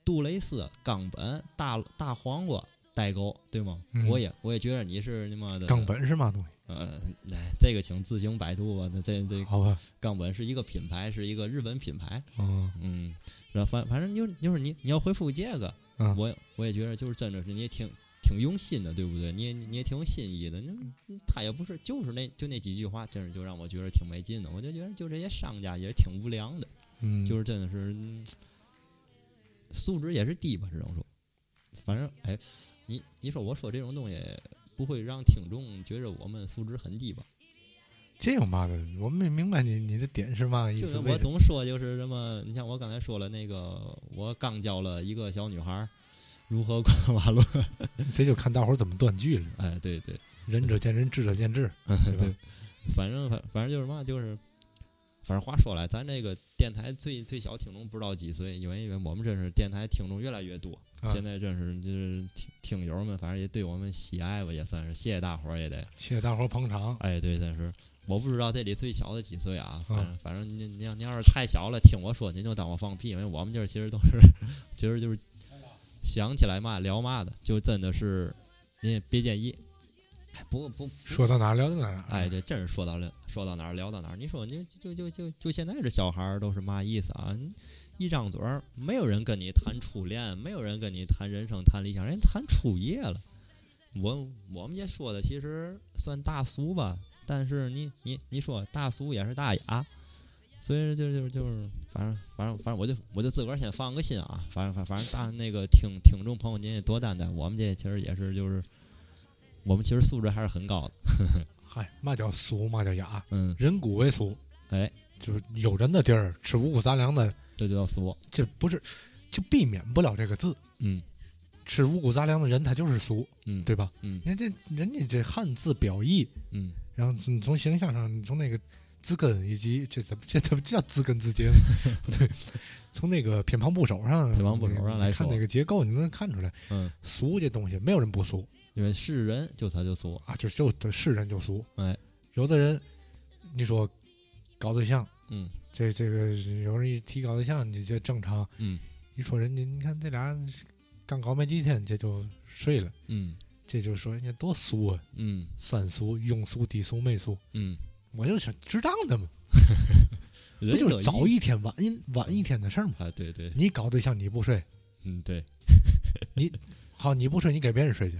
Speaker 10: 杜蕾斯、冈本、大大黄瓜代购，对吗？
Speaker 9: 嗯
Speaker 10: 我也我也觉得你是他妈的
Speaker 9: 冈，本是嘛东西？
Speaker 10: 呃，哎这个请自行百度吧。那这这
Speaker 9: 好吧，
Speaker 10: 冈本是一个品牌，是一个日本品牌，
Speaker 9: 嗯
Speaker 10: 嗯，然后反反正就是就是你你要回复这个，
Speaker 9: 嗯
Speaker 10: 我我也觉得就是真的是你也挺挺用心的，对不对？你也你也挺有心意的。那嗯他也不是就是那就那几句话，真是就让我觉得挺没劲的。我就觉得就这些商家也是挺无良的，
Speaker 9: 嗯，
Speaker 10: 就是真的是嗯素质也是低吧，只能说。反正哎，你你说我说这种东西不会让听众觉着我们素质很低吧？
Speaker 9: 这有嘛的？我没明白你你的点是嘛意
Speaker 10: 就
Speaker 9: 思
Speaker 10: 是？
Speaker 9: 哎
Speaker 10: 我
Speaker 9: 为什么
Speaker 10: 总说就是什么，你像我刚才说了那个，我刚教了一个小女孩儿如何过马路。
Speaker 9: 这就看大伙儿怎么断句了。
Speaker 10: 哎，对对，
Speaker 9: 仁者见仁，智者见 智，对吧？
Speaker 10: 反正反反正就是嘛，就是反正话说来，咱这个电台最最小听众不知道几岁，因为因为我们真是电台听众越来越多，
Speaker 9: 啊
Speaker 10: 现在真是就是听听友们，反正也对我们喜爱吧，也算是谢谢大伙儿也得。
Speaker 9: 谢谢大伙儿捧场。
Speaker 10: 哎，对，但是我不知道这里最小的几岁啊，反
Speaker 9: 嗯
Speaker 10: 正、反正您您要您要是太小了，听我说，您就当我放屁，因为我们这儿其实都是其实就是想起来嘛聊嘛的，就真的是您也别介意。哎不不，
Speaker 9: 说到哪儿聊到哪儿，
Speaker 10: 哎，这真是说到了，说到哪儿聊到哪儿。你说你就就就就就现在这小孩儿都是嘛意思啊？你一张嘴儿，没有人跟你谈初恋，没有人跟你谈人生、谈理想，人家谈初夜了。我我们也说的其实算大俗吧，但是你你你说大俗也是大雅，所以就就就是反正反正反正我就我就自个儿先放个心啊，反正反反正大那个听听众朋友您也多担待，我们这其实也是就是我们其实素质还是很高的，
Speaker 9: 嗨，嘛叫俗，嘛叫雅，
Speaker 10: 嗯。
Speaker 9: 人骨为俗。
Speaker 10: 哎，
Speaker 9: 就是有人的地儿吃五谷杂粮的，
Speaker 10: 这就叫俗。
Speaker 9: 这不是就避免不了这个字。
Speaker 10: 嗯
Speaker 9: 吃五谷杂粮的人，他就是俗，
Speaker 10: 嗯，
Speaker 9: 对吧？
Speaker 10: 嗯
Speaker 9: 人家人家这汉字表意，
Speaker 10: 嗯，
Speaker 9: 然后从从形象上，你从那个字根以及这怎么这怎么叫字根字 节吗？对，从那个偏旁部首上，
Speaker 10: 偏旁部首上来
Speaker 9: 你
Speaker 10: 说
Speaker 9: 看那个结构，你都能看出来。
Speaker 10: 嗯，
Speaker 9: 俗这东西没有人不俗
Speaker 10: 因为是人就他就俗。
Speaker 9: 啊，就就就是人就俗。
Speaker 10: 哎，
Speaker 9: 有的人你说搞对象，
Speaker 10: 嗯，
Speaker 9: 这这个有人一提搞对象，你这正常。
Speaker 10: 嗯，
Speaker 9: 一说人家，你看这俩刚搞没几天，这就睡了，
Speaker 10: 嗯
Speaker 9: 这就说人家多俗啊，
Speaker 10: 嗯
Speaker 9: 三俗、庸俗、低俗、媚俗。
Speaker 10: 嗯，
Speaker 9: 我就是值当的嘛，
Speaker 10: 人
Speaker 9: 不就
Speaker 10: 有
Speaker 9: 是早一天晚一晚一天的事儿吗？
Speaker 10: 啊？对对，
Speaker 9: 你搞对象你不睡，
Speaker 10: 嗯对，
Speaker 9: 好你不睡你给别人 睡去，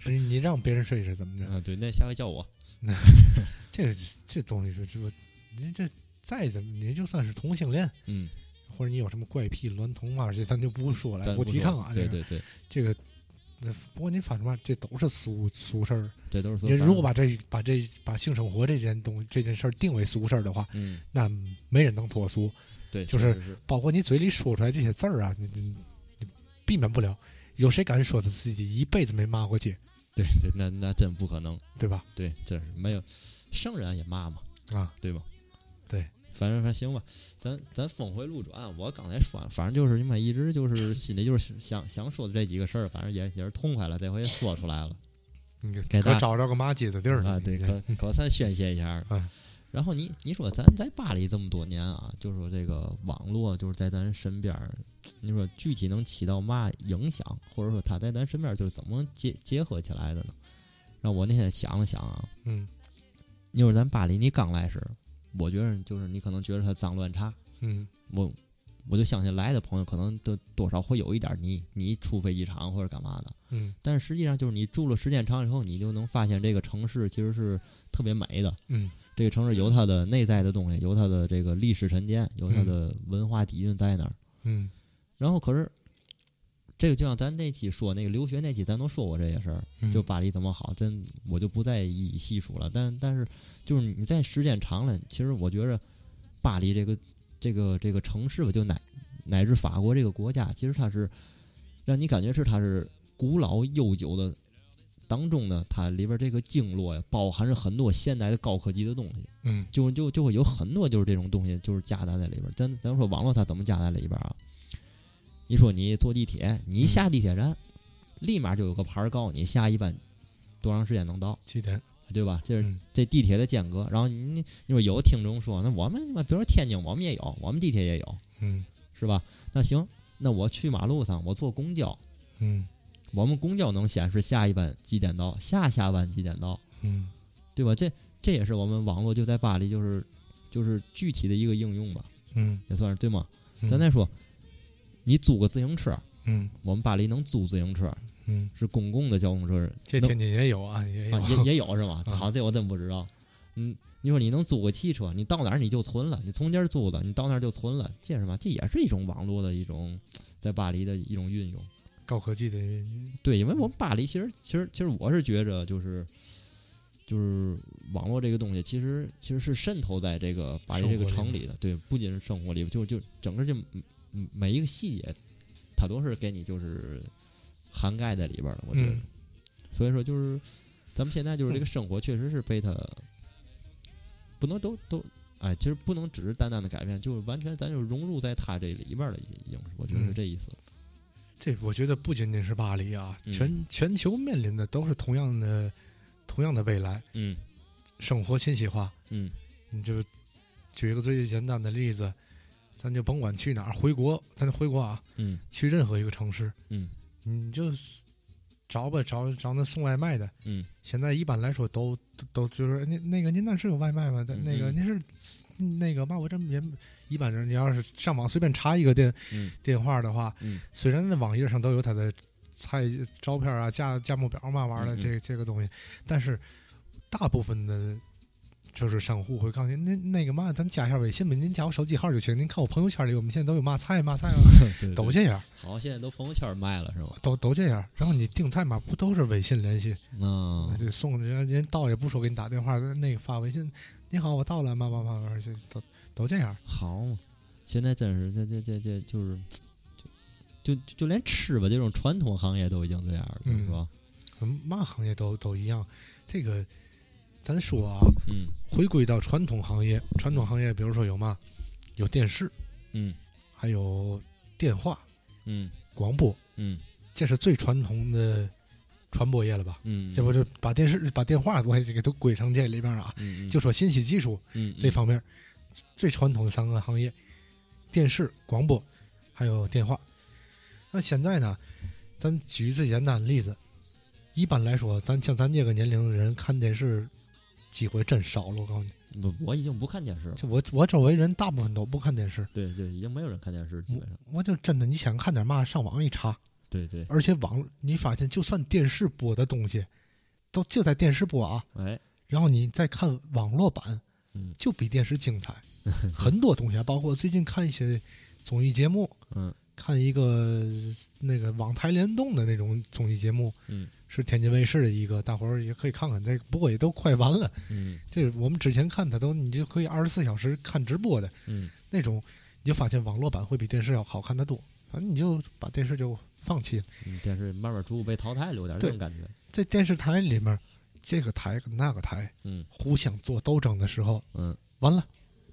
Speaker 9: 是你让别人睡是怎么着？
Speaker 10: 啊对，那下回叫我。
Speaker 9: 这个这东西是这，你这再怎么你就算是同性恋，
Speaker 10: 嗯，
Speaker 9: 或者你有什么怪癖娈童啊，这咱就不说了，
Speaker 10: 咱
Speaker 9: 不
Speaker 10: 不
Speaker 9: 提
Speaker 10: 说
Speaker 9: 倡啊。
Speaker 10: 对
Speaker 9: 这个
Speaker 10: 对对，
Speaker 9: 这个，那不过你反正嘛，这都是俗俗事儿。
Speaker 10: 这都是俗。
Speaker 9: 你如果把这把这把性生活这件东这件事儿定为俗事儿的话，
Speaker 10: 嗯
Speaker 9: 那没人能脱俗。
Speaker 10: 对，
Speaker 9: 就
Speaker 10: 确
Speaker 9: 是
Speaker 10: 实是
Speaker 9: 包括你嘴里说出来这些字儿啊，你你你避免不了。有谁敢说他自己一辈子没骂过街，
Speaker 10: 对对，那那真不可能。
Speaker 9: 对吧？
Speaker 10: 对，这是没有圣人也骂嘛，
Speaker 9: 啊，
Speaker 10: 对吧？
Speaker 9: 对，
Speaker 10: 反正还行吧。咱咱峰回路转，我刚才说，反正就是你们一直就是心里就是想想说的这几个事儿，反正也也是痛快了，这回也说出来了。
Speaker 9: 你
Speaker 10: 给
Speaker 9: 可
Speaker 10: 大
Speaker 9: 找着个骂街的地儿了
Speaker 10: 啊，对，可可算宣泄一下儿
Speaker 9: 啊。
Speaker 10: 然后你你说咱在巴黎这么多年啊，就说这个网络就是在咱身边儿，你说具体能起到嘛影响，或者说它在咱身边儿就是怎么结结合起来的呢？让我那天想了想啊，
Speaker 9: 嗯
Speaker 10: 你说咱巴黎你刚来时，我觉得就是你可能觉得它脏乱差，
Speaker 9: 嗯
Speaker 10: 我我就相信来的朋友可能都多少会有一点儿你你出飞机场或者干嘛的，
Speaker 9: 嗯
Speaker 10: 但是实际上就是你住了时间长以后，你就能发现这个城市其实是特别美的。
Speaker 9: 嗯，
Speaker 10: 这个城市有它的内在的东西，有它的这个历史沉淀，有它的文化底蕴在那儿。
Speaker 9: 嗯
Speaker 10: 然后可是，这个就像咱那期说那个留学那期，咱都说过这些事儿，
Speaker 9: 嗯，
Speaker 10: 就巴黎怎么好，真我就不再一一细数了。但但是就是你在时间长了，其实我觉着巴黎这个这个这个城市吧，就乃乃至法国这个国家，其实它是让你感觉是它是古老悠久的当中呢，它里边这个经络呀，包含着很多现代的高科技的东西。
Speaker 9: 嗯
Speaker 10: 就就就会有很多就是这种东西就是夹杂在里边儿。咱咱说网络它怎么夹杂在里边儿啊？你说你坐地铁，你一下地铁站，立马就有个牌儿告诉你下一班多长时间能到，
Speaker 9: 几点？
Speaker 10: 对吧？这是
Speaker 9: 嗯
Speaker 10: 这地铁的间隔。然后你你说有的听众说，那我们比如说天津，我们也有，我们地铁也有，
Speaker 9: 嗯
Speaker 10: 是吧？那行，那我去马路上，我坐公交，
Speaker 9: 嗯
Speaker 10: 我们公交能显示下一班几点到，下下班几点到。
Speaker 9: 嗯
Speaker 10: 对吧？这这也是我们网络就在巴黎，就是就是具体的一个应用吧，
Speaker 9: 嗯，
Speaker 10: 也算是对吗？
Speaker 9: 嗯
Speaker 10: 咱再说，你租个自行车，
Speaker 9: 嗯
Speaker 10: 我们巴黎能租自行车，
Speaker 9: 嗯，
Speaker 10: 是公共的交通车，
Speaker 9: 这
Speaker 10: 能
Speaker 9: 天津也有啊，也有
Speaker 10: 啊也也有是吗？
Speaker 9: 嗯
Speaker 10: 好，这我真不知道。嗯，你说你能租个汽车，你到哪儿你就存了，你从这儿租的，你到那儿就存了，这是什么？这也是一种网络的一种在巴黎的一种运用。
Speaker 9: 高科技的，
Speaker 10: 对，因为我们巴黎其实其实其实我是觉着就是就是网络这个东西，其实其实是渗透在这个巴黎这个城里的，对，不仅是生活里，就就整个就嗯嗯每一个细节，它都是给你就是涵盖在里边儿的，我觉得。
Speaker 9: 嗯
Speaker 10: 所以说，就是咱们现在就是这个生活，确实是被它不能都都哎，其实不能只是单单的改变，就是完全咱就融入在它这里边儿了，已经已经是，我觉得是
Speaker 9: 嗯
Speaker 10: 这意思。
Speaker 9: 这我觉得不仅仅是巴黎啊，
Speaker 10: 嗯
Speaker 9: 全全球面临的都是同样的同样的未来，
Speaker 10: 嗯
Speaker 9: 生活信息化。
Speaker 10: 嗯
Speaker 9: 你就举一个最简单的例子，咱就甭管去哪儿，回国，咱就回国啊，
Speaker 10: 嗯
Speaker 9: 去任何一个城市，
Speaker 10: 嗯，
Speaker 9: 你就找吧，找找那送外卖的，
Speaker 10: 嗯，
Speaker 9: 现在一般来说都都都就是哎那那个您那是有外卖吗？但
Speaker 10: 嗯
Speaker 9: 那个
Speaker 10: 嗯
Speaker 9: 您是那个嘛，我这也一般人，你要是上网随便查一个电、
Speaker 10: 嗯
Speaker 9: 电话的话，
Speaker 10: 嗯
Speaker 9: 虽然那网页上都有它的菜照片啊、价价目表嘛玩意儿
Speaker 10: 嗯嗯
Speaker 9: 的这个这个东西，但是大部分的。就是商户会告诉您，那那个嘛，咱加一下微信吧，您加我手机号就行。您看我朋友圈里，我们现在都有嘛菜嘛菜啊，
Speaker 10: 对
Speaker 9: 都
Speaker 10: 对
Speaker 9: 这样，
Speaker 10: 好，现在都朋友圈卖了是吗？
Speaker 9: 都都这样。然后你订菜嘛，不都是微信联系？
Speaker 10: 嗯，
Speaker 9: 就送人家人到也不说给你打电话，那个发微信，你好，我到了，妈妈妈妈，就都都这样。
Speaker 10: 好嘛，现在真是这这这这就是，就就就连吃吧这种传统行业都已经这样了，
Speaker 9: 嗯
Speaker 10: 是吧？
Speaker 9: 嗯，嘛行业都都一样。这个咱说啊，
Speaker 10: 嗯
Speaker 9: 回归到传统行业，传统行业比如说有嘛，有电视，
Speaker 10: 嗯
Speaker 9: 还有电话、
Speaker 10: 嗯
Speaker 9: 广播，
Speaker 10: 嗯
Speaker 9: 这是最传统的传播业了吧？
Speaker 10: 嗯，
Speaker 9: 这不就把电视、把电话我也给都归成这里边了啊。
Speaker 10: 嗯嗯
Speaker 9: 就说信息技术
Speaker 10: 嗯
Speaker 9: 这方面，最传统的三个行业：电视、广播，还有电话。那现在呢，咱举最简单的例子，一般来说，咱像咱这个年龄的人看电视机会真少了。我告诉你，
Speaker 10: 嗯我我已经不看电视了，
Speaker 9: 就我我周围人大部分都不看电视，
Speaker 10: 对对，已经没有人看电视，基本上，
Speaker 9: 我就真的你想看点嘛，上网一查，
Speaker 10: 对对，
Speaker 9: 而且网你发现，就算电视播的东西，都就在电视播啊，
Speaker 10: 哎，
Speaker 9: 然后你再看网络版
Speaker 10: 嗯，
Speaker 9: 就比电视 精彩。很多东西啊，包括最近看一些综艺节目，
Speaker 10: 嗯，
Speaker 9: 看一个那个网台联动的那种综艺节目，
Speaker 10: 嗯，
Speaker 9: 是天津卫视的一个，大伙儿也可以看看。那个不过也都快完了，
Speaker 10: 嗯
Speaker 9: 这我们之前看它都，你就可以二十四小时看直播的
Speaker 10: 嗯
Speaker 9: 那种，你就发现网络版会比电视要好看得多。反正你就把电视就放弃了。
Speaker 10: 嗯，电视慢慢逐步被淘汰了，有点这
Speaker 9: 对
Speaker 10: 种感觉，
Speaker 9: 在电视台里面，这个台跟那个台，
Speaker 10: 嗯，
Speaker 9: 互相做斗争的时候，
Speaker 10: 嗯，
Speaker 9: 完了，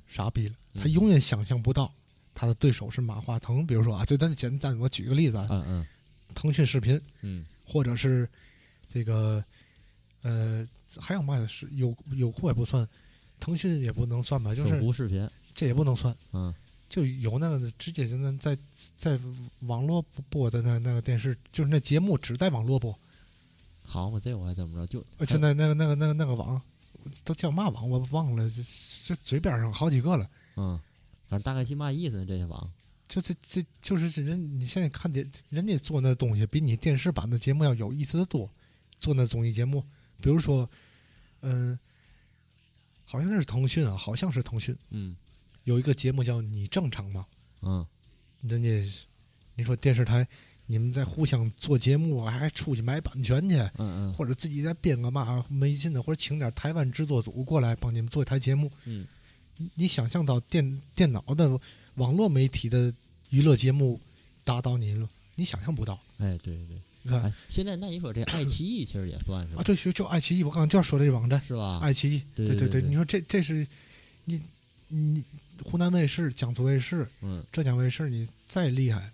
Speaker 9: 傻逼了，
Speaker 10: 嗯
Speaker 9: 他永远想象不到他的对手是马化腾。比如说啊，就咱简单，我举个例子啊，
Speaker 10: 嗯嗯
Speaker 9: 腾讯视频
Speaker 10: 嗯
Speaker 9: 或者是这个呃，还有嘛是有有酷也不算，腾讯也不能算吧，
Speaker 10: 嗯，
Speaker 9: 就
Speaker 10: 搜
Speaker 9: 是
Speaker 10: 狐视频，
Speaker 9: 这也不能算，
Speaker 10: 嗯
Speaker 9: 就有那个直接就那在在网络播的那那个电视，就是那节目只在网络播，
Speaker 10: 好嘛，这我还怎么着，就
Speaker 9: 呃，就那那个那个那个那个网，都叫嘛网我忘了，这这嘴边上好几个了。
Speaker 10: 嗯，反正大概其嘛意思呢，这些网，
Speaker 9: 就这这就是这人，你现在看电，人家做那东西比你电视版的节目要有意思的多。做那综艺节目，比如说，嗯、好像是腾讯啊，好像是腾讯
Speaker 10: 嗯
Speaker 9: 有一个节目叫《你正常吗
Speaker 10: 嗯》，
Speaker 9: 人家你说电视台，你们在互相做节目，啊还出去买版权去，
Speaker 10: 嗯嗯
Speaker 9: 或者自己再编个嘛啊没劲的，或者请点台湾制作组过来帮你们做一台节目。
Speaker 10: 嗯
Speaker 9: 你，你想象到电电脑的网络媒体的娱乐节目打倒你了，你想象不到。
Speaker 10: 哎，对对对。
Speaker 9: 你看
Speaker 10: 哎，现在那你说这爱奇艺其实也算是
Speaker 9: 啊，
Speaker 10: 吧，
Speaker 9: 对，就就爱奇艺，我刚刚就要说这个网站，
Speaker 10: 是吧？
Speaker 9: 爱奇艺，
Speaker 10: 对
Speaker 9: 对
Speaker 10: 对对对
Speaker 9: 你说这这是你你湖南卫视、江苏卫视、
Speaker 10: 嗯
Speaker 9: 浙江卫视，你再厉害，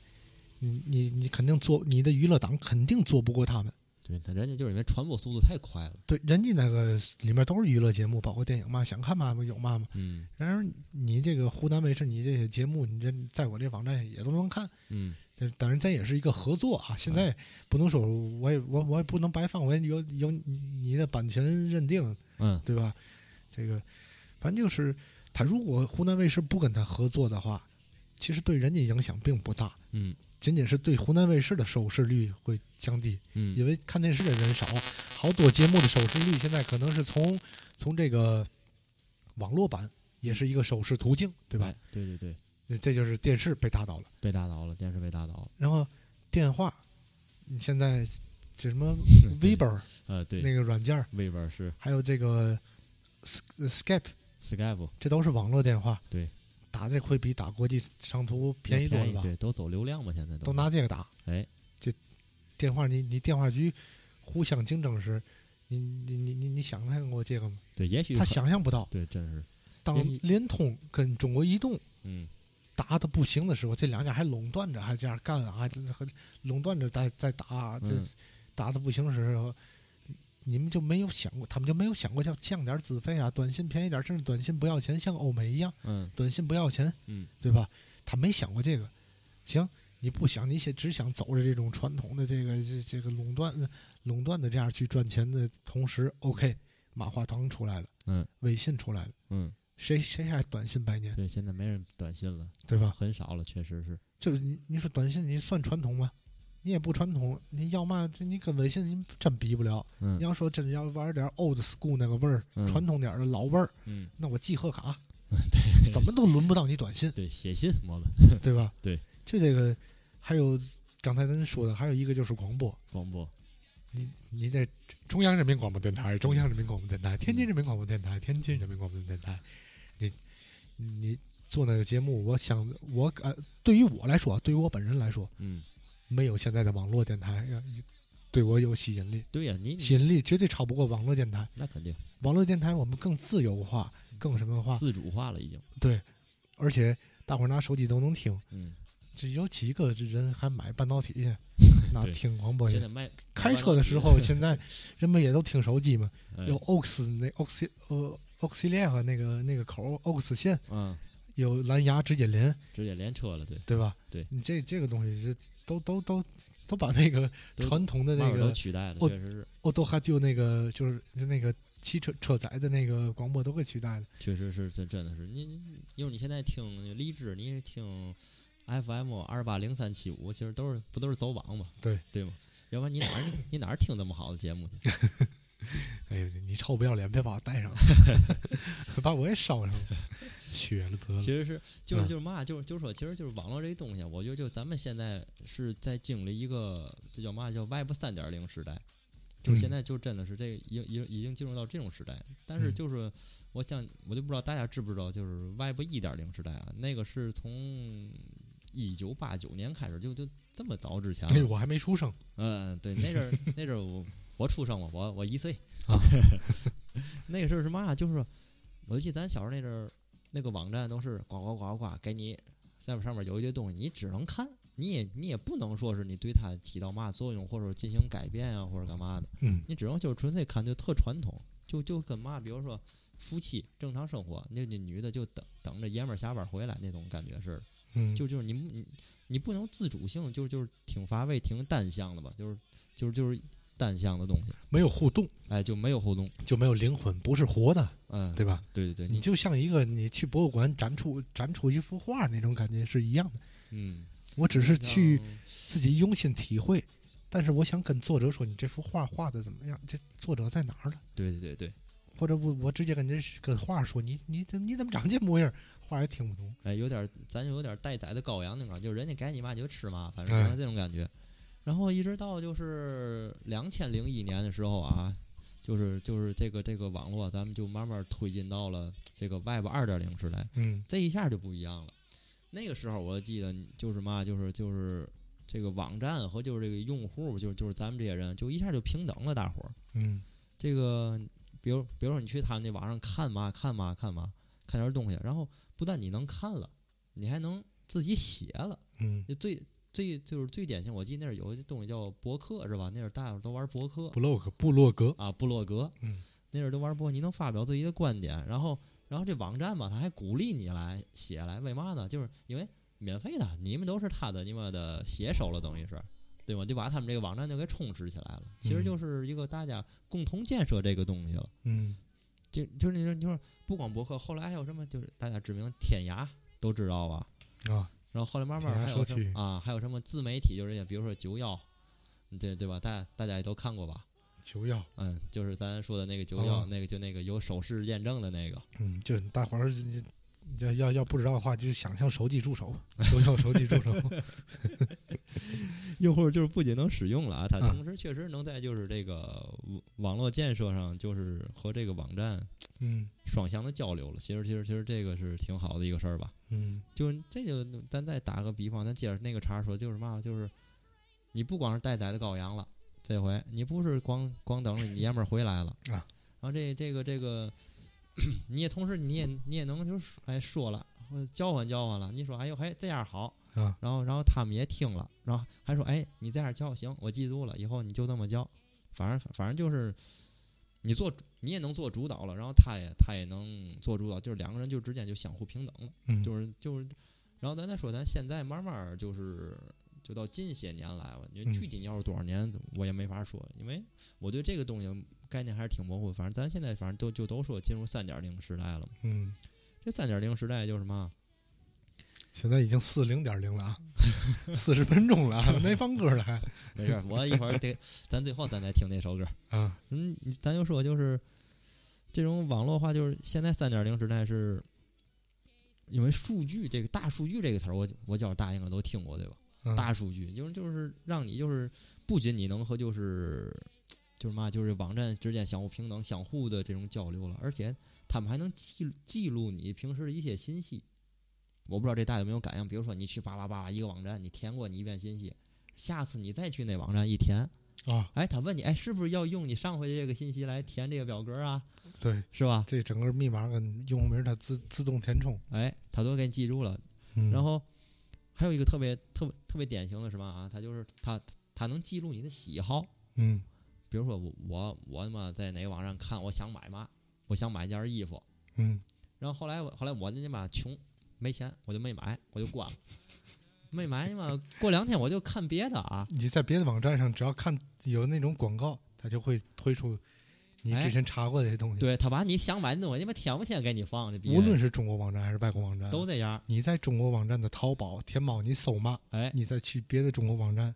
Speaker 9: 你你你肯定做你的娱乐档肯定做不过他们。
Speaker 10: 对，他人家就是因为传播速度太快了，
Speaker 9: 对，人家那个里面都是娱乐节目，包括电影嘛，想看嘛有嘛嘛。
Speaker 10: 嗯
Speaker 9: 然而你这个湖南卫视，你这些节目，你这在我这网站也都能看。
Speaker 10: 嗯
Speaker 9: 这当然，咱也是一个合作啊。现在不能说我也我我也不能白放，我也有有你你的版权认定，
Speaker 10: 嗯
Speaker 9: 对吧？这个反正就是他如果湖南卫视不跟他合作的话，其实对人家影响并不大，
Speaker 10: 嗯
Speaker 9: 仅仅是对湖南卫视的收视率会降低。
Speaker 10: 嗯
Speaker 9: 因为看电视的人少，好多节目的收视率现在可能是从从这个网络版，也是一个收视途径，对吧
Speaker 10: 哎？对对对，
Speaker 9: 这就是电视被打倒了，
Speaker 10: 被打倒了，电视被打倒了，
Speaker 9: 然后电话，你现在这什么
Speaker 10: 嗯对
Speaker 9: Weber
Speaker 10: 呃，对
Speaker 9: 那个软件儿，
Speaker 10: ，Weber 是
Speaker 9: 还有这个 S- Skype，
Speaker 10: Skype
Speaker 9: 这都是网络电话。
Speaker 10: 对，
Speaker 9: 打这会比打国际长途便宜多了吧？
Speaker 10: 对，都走流量嘛，现在都
Speaker 9: 都拿这个打。
Speaker 10: 哎，
Speaker 9: 这电话你你电话局互相竞争时，你你你你你想象过这个吗？
Speaker 10: 对，也许
Speaker 9: 他
Speaker 10: 很
Speaker 9: 想象不到，
Speaker 10: 对，真是
Speaker 9: 当
Speaker 10: 因为
Speaker 9: 联通跟中国移动
Speaker 10: 嗯，
Speaker 9: 打的不行的时候，这两家还垄断着，还这样干啊，这还垄断着在在打，这
Speaker 10: 嗯
Speaker 9: 打的不行的时候，你们就没有想过，他们就没有想过要降点资费啊，短信便宜点，甚至短信不要钱，像欧美一样，
Speaker 10: 嗯
Speaker 9: 短信不要钱，
Speaker 10: 嗯，
Speaker 9: 对吧？他没想过这个。行，你不想，你先只想走着这种传统的这个这这个垄断垄断的这样去赚钱的同时，OK，马化腾出来了，
Speaker 10: 嗯，
Speaker 9: 微信出来了，
Speaker 10: 嗯，
Speaker 9: 谁谁还短信百年，
Speaker 10: 对，现在没人短信了，
Speaker 9: 对吧？
Speaker 10: 很少了，确实是，
Speaker 9: 就是你你说短信你算传统吗？你也不传统，你要嘛这你跟微信你真比不了。
Speaker 10: 嗯
Speaker 9: 你要说真要玩点 old school 那个味儿，
Speaker 10: 嗯
Speaker 9: 传统点儿的老味儿，
Speaker 10: 嗯，
Speaker 9: 那我寄贺卡，怎么都轮不到你短信，
Speaker 10: 对，写信我们
Speaker 9: 对吧？
Speaker 10: 对，
Speaker 9: 就这个，还有刚才咱说的，还有一个就是广播，
Speaker 10: 广播，
Speaker 9: 你你得中央人民广播电台、中央人民广播电台、天津人民广播电台、天津人民广播电台，你你做那个节目，我想我呃，对于我来说，对于我本人来说，
Speaker 10: 嗯，
Speaker 9: 没有现在的网络电台呃对我有吸引力，
Speaker 10: 对呀，你你
Speaker 9: 吸引力绝对超不过网络电台。
Speaker 10: 那肯定
Speaker 9: 网络电台我们更自由化，更什么化，
Speaker 10: 嗯自主化了已经，
Speaker 9: 对，而且大伙儿拿手机都能听，
Speaker 10: 嗯，
Speaker 9: 这有几个人还买半导 体去，那
Speaker 10: 对
Speaker 9: 听广播
Speaker 10: 现
Speaker 9: 去
Speaker 10: 在。卖
Speaker 9: 开车的 时候，现在人们也都听手机嘛，
Speaker 10: 哎
Speaker 9: 有 aux 那 aux 呃 auxilia 和那个那个口 aux 线，
Speaker 10: 嗯，
Speaker 9: 有蓝牙直接连，
Speaker 10: 直接连车了，对，
Speaker 9: 对吧？
Speaker 10: 对
Speaker 9: 你这这个东西是都都都都把那个
Speaker 10: 都
Speaker 9: 传统的
Speaker 10: 慢
Speaker 9: 那
Speaker 10: 慢都
Speaker 9: 个
Speaker 10: 取代了，
Speaker 9: 哦
Speaker 10: 确实是，
Speaker 9: 哦，都还就那个就是那个汽车车载的那个广播都给取代了。
Speaker 10: 确实是，真真的是你，你因为你现在听那个励志，你也听 FM 二八零三七五，其实都是不都是走网嘛？
Speaker 9: 对
Speaker 10: 对吗？要不然你哪儿你你哪儿听那么好的节目去？
Speaker 9: 哎呦，你臭不要脸，别把我带 上了，把我也捎上了，缺了得了
Speaker 10: 其。实是就是
Speaker 9: 嗯
Speaker 10: 就是嘛，就是就是说，其实就是网络这东西啊，我觉得就咱们现在是在经历一个这叫嘛叫 Web 三点零时代，就是
Speaker 9: 嗯
Speaker 10: 现在就真的是这个已经已经已经进入到这种时代。但是
Speaker 9: 嗯
Speaker 10: 就是我想，我就不知道大家知不知道，就是 Web 一点零时代啊，那个是从。一九八九年开始就就这么早之前了
Speaker 9: 哎，我还没出生，
Speaker 10: 嗯，对，那阵儿那阵儿我我出生嘛，我我一岁
Speaker 9: 啊。
Speaker 10: 那个时候是嘛，就是说我记得咱小时候那阵儿，那个网站都是呱呱呱呱，给你在上面有一堆东西，你只能看，你也你也不能说是你对它起到嘛作用，或者进行改变啊，或者干嘛的，
Speaker 9: 嗯，
Speaker 10: 你只能就是纯粹看，就特传统，就就跟嘛，比如说夫妻正常生活，那那女的就等等着爷们儿下班回来那种感觉似的。
Speaker 9: 嗯，
Speaker 10: 就就是你你你不能自主性，就就是挺乏味、挺单向的吧，就是就是就是单向的东西，
Speaker 9: 没有互动，
Speaker 10: 哎，就没有互动，
Speaker 9: 就没有灵魂，不是活的，
Speaker 10: 嗯，
Speaker 9: 对吧？
Speaker 10: 对对对，
Speaker 9: 你
Speaker 10: 你
Speaker 9: 就像一个你去博物馆展出展出一幅画那种感觉是一样的。
Speaker 10: 嗯，
Speaker 9: 我只是
Speaker 10: 就像
Speaker 9: 去自己用心体会，但是我想跟作者说，你这幅画画的怎么样？这作者在哪儿呢？
Speaker 10: 对对对对，
Speaker 9: 或者我我直接跟这跟画说，你你怎你怎么长这模样？画也听不懂。
Speaker 10: 哎，有点儿咱有点儿待宰的羔羊那种感觉，就是人家该你嘛你就吃嘛，反
Speaker 9: 哎
Speaker 10: 正就是这种感觉。然后一直到就是两千零一年的时候啊，就是就是这个这个网络，咱们就慢慢推进到了这个 Web 二点零时代。
Speaker 9: 嗯
Speaker 10: 这一下就不一样了。那个时候我记得就是嘛，就是就是这个网站和就是这个用户，就是就是咱们这些人，就一下就平等了，大伙儿。
Speaker 9: 嗯
Speaker 10: 这个比如比如说你去他们那网上看嘛看嘛看嘛看点东西，然后不但你能看了，你还能自己写了。
Speaker 9: 嗯
Speaker 10: 就最最就是最典型，我记得那儿有一东西叫博客是吧？那会儿大伙儿都玩博客，
Speaker 9: ，blog 部落格，
Speaker 10: 啊，部落格，
Speaker 9: 嗯，
Speaker 10: 那阵儿都玩播，你能发表自己的观点，然后，然后这网站吧，他还鼓励你来写来，为嘛呢？就是因为免费的，你们都是他的你们的写手了，等于是，对吗？就把他们这个网站就给充实起来了，其实
Speaker 9: 嗯
Speaker 10: 就是一个大家共同建设这个东西了。
Speaker 9: 嗯
Speaker 10: 就就是你说你说不光博客，后来还有什么？就是大家知名天涯都知道吧？
Speaker 9: 啊，
Speaker 10: 然后后来慢慢
Speaker 9: 天涯
Speaker 10: 还有
Speaker 9: 社
Speaker 10: 什
Speaker 9: 区
Speaker 10: 么啊，还有什么自媒体，就是比如说九幺，对对吧？大家大家也都看过吧？
Speaker 9: 九幺，
Speaker 10: 嗯，就是咱说的那个九幺、
Speaker 9: 哦
Speaker 10: 那个就那个有手势验证的那 个，
Speaker 9: 嗯，就大伙儿你要 要要不知道的话，就想象手机助手，九幺手机助手，
Speaker 10: 用户就是不仅能使用了啊，它
Speaker 9: 啊
Speaker 10: 同时确实能在就是这个网网络建设上，就是和这个网站
Speaker 9: 嗯
Speaker 10: 双向的交流了。其实其实其实这个是挺好的一个事儿吧。
Speaker 9: 嗯
Speaker 10: 就这就咱再打个比方，咱接着那个茬儿说，就是嘛，就是你不光是待宰的羔羊了，这回你不是光光等着你爷们儿回来了
Speaker 9: 啊，
Speaker 10: 然后这这个这个， 你也同时你也你也能就是哎说了，或者交换交换了，你说哎呦嘿、这样好
Speaker 9: 啊，
Speaker 10: 然后然后他们也听了，然后还说哎你这样教行，我记住了，以后你就这么教，反正反正就是。你做你也能做主导了，然后他也他也能做主导，就是两个人就之间就相互平等了。
Speaker 9: 嗯，
Speaker 10: 就是就是，然后咱再说，咱现在慢慢儿就是就到近些年来吧，因为
Speaker 9: 嗯
Speaker 10: 具体你要是多少年，我也没法说，因为我对这个东西概念还是挺模糊的。反正咱现在反正都就都说进入三点零时代了嘛。
Speaker 9: 嗯，
Speaker 10: 这三点零时代就是什么？
Speaker 9: 现在已经四零点零了啊，四十分钟了啊，没放歌了还
Speaker 10: 没事儿，我一会儿得咱最后咱再听那首歌。
Speaker 9: 啊，
Speaker 10: 嗯，你咱就说就是这种网络化，就是现在三点零时代是。因为数据这个大数据这个词儿，我我觉得大家应该都听过，对吧？
Speaker 9: 嗯
Speaker 10: 大数据，就是就是让你就是不仅你能和就是就是嘛，就是网站之间相互平等、相互的这种交流了，而且他们还能记记录你平时的一些信息。我不知道这大家有没有感应，比如说你去叭叭叭一个网站，你填过你一遍信息，下次你再去那网站一填，
Speaker 9: 啊，
Speaker 10: 哎，他问你，哎，是不是要用你上回的这个信息来填这个表格啊？
Speaker 9: 对，
Speaker 10: 是吧？
Speaker 9: 这整个密码跟用户名它自自动填充，
Speaker 10: 哎，他都给你记住了，
Speaker 9: 嗯
Speaker 10: 然后还有一个特别特别特别典型的什么啊？它就是它它能记录你的喜好，
Speaker 9: 嗯
Speaker 10: 比如说我我我他妈在哪个网站看我想买嘛，我想买件衣服，
Speaker 9: 嗯
Speaker 10: 然后后来我后来我那嘛穷啊没钱，我就没买，我就关了，没买嘛，过两天我就看别的啊，
Speaker 9: 你在别的网站上只要看有那种广告，它就会推出你
Speaker 10: 哎
Speaker 9: 之前查过的这些东西。
Speaker 10: 对他把你想买的东西，他妈天不天给你放这逼，
Speaker 9: 嗯无论是中国网站还是外国网站，
Speaker 10: 都这样，
Speaker 9: 你在中国网站的淘宝、天猫你搜嘛，
Speaker 10: 哎，
Speaker 9: 你再去别的中国网站，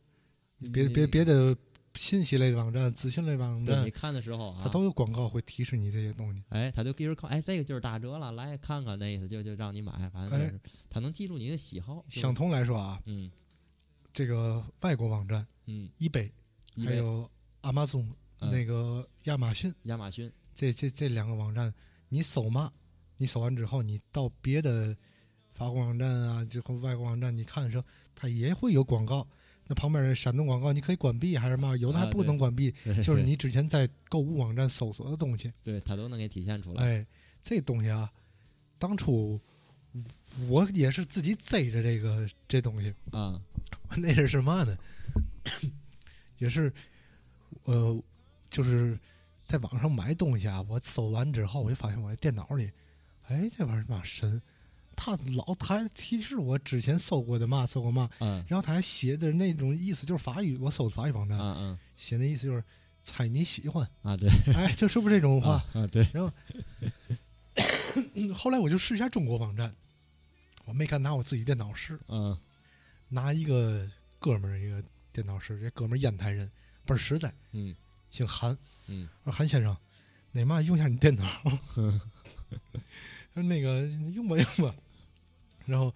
Speaker 9: 别
Speaker 10: 你
Speaker 9: 别别的信息类的网站、资讯类网
Speaker 10: 对
Speaker 9: 站
Speaker 10: 你，看的时候啊，
Speaker 9: 它都有广告会提示你这些东西。
Speaker 10: 哎，他就一直看，哎，这个就是打折了，来看看，那意思就就让你买，反正就是他能记住你的喜好。就是
Speaker 9: 相同来说啊，
Speaker 10: 嗯
Speaker 9: 这个外国网站
Speaker 10: 嗯，
Speaker 9: eBay
Speaker 10: 一
Speaker 9: 还
Speaker 10: 位
Speaker 9: 有 Amazon
Speaker 10: 嗯
Speaker 9: 那个亚马逊
Speaker 10: 亚马逊，
Speaker 9: 这这这两个网站，你搜嘛，你搜完之后，你到别的法国网站啊，就或外国网站，你看的时候，它也会有广告。那旁边的闪动广告，你可以关闭还是嘛？有的还
Speaker 10: 啊
Speaker 9: 不
Speaker 10: 对
Speaker 9: 能关闭，就
Speaker 10: 就是
Speaker 9: 你之前在购物网站搜索的东西。
Speaker 10: 对他都能给体现出来。
Speaker 9: 哎，这东西啊，当初我也是自己贼着这个这东西。
Speaker 10: 啊，
Speaker 9: 那是什么呢？也是，呃，就是在网上买东西啊，我搜完之后，我就发现我的电脑里，哎，这玩意儿嘛神，他老他还提示我之前搜过的嘛，搜过嘛，
Speaker 10: 嗯
Speaker 9: 然后他还写的那种意思就是法语，我搜的法语网站，
Speaker 10: 啊嗯
Speaker 9: 写那意思就是猜你喜欢，
Speaker 10: 啊，对，
Speaker 9: 哎，就是不是这种话？
Speaker 10: 啊啊对，
Speaker 9: 嗯后来我就试一下中国网站，我没敢拿我自己电脑试，
Speaker 10: 嗯
Speaker 9: 拿一个哥们儿一个电脑师，这哥们儿烟台人，倍儿实在，
Speaker 10: 嗯，
Speaker 9: 姓韩，
Speaker 10: 嗯，
Speaker 9: 我说韩先生，那嘛用一下你 电脑，他说那个用吧用吧，然后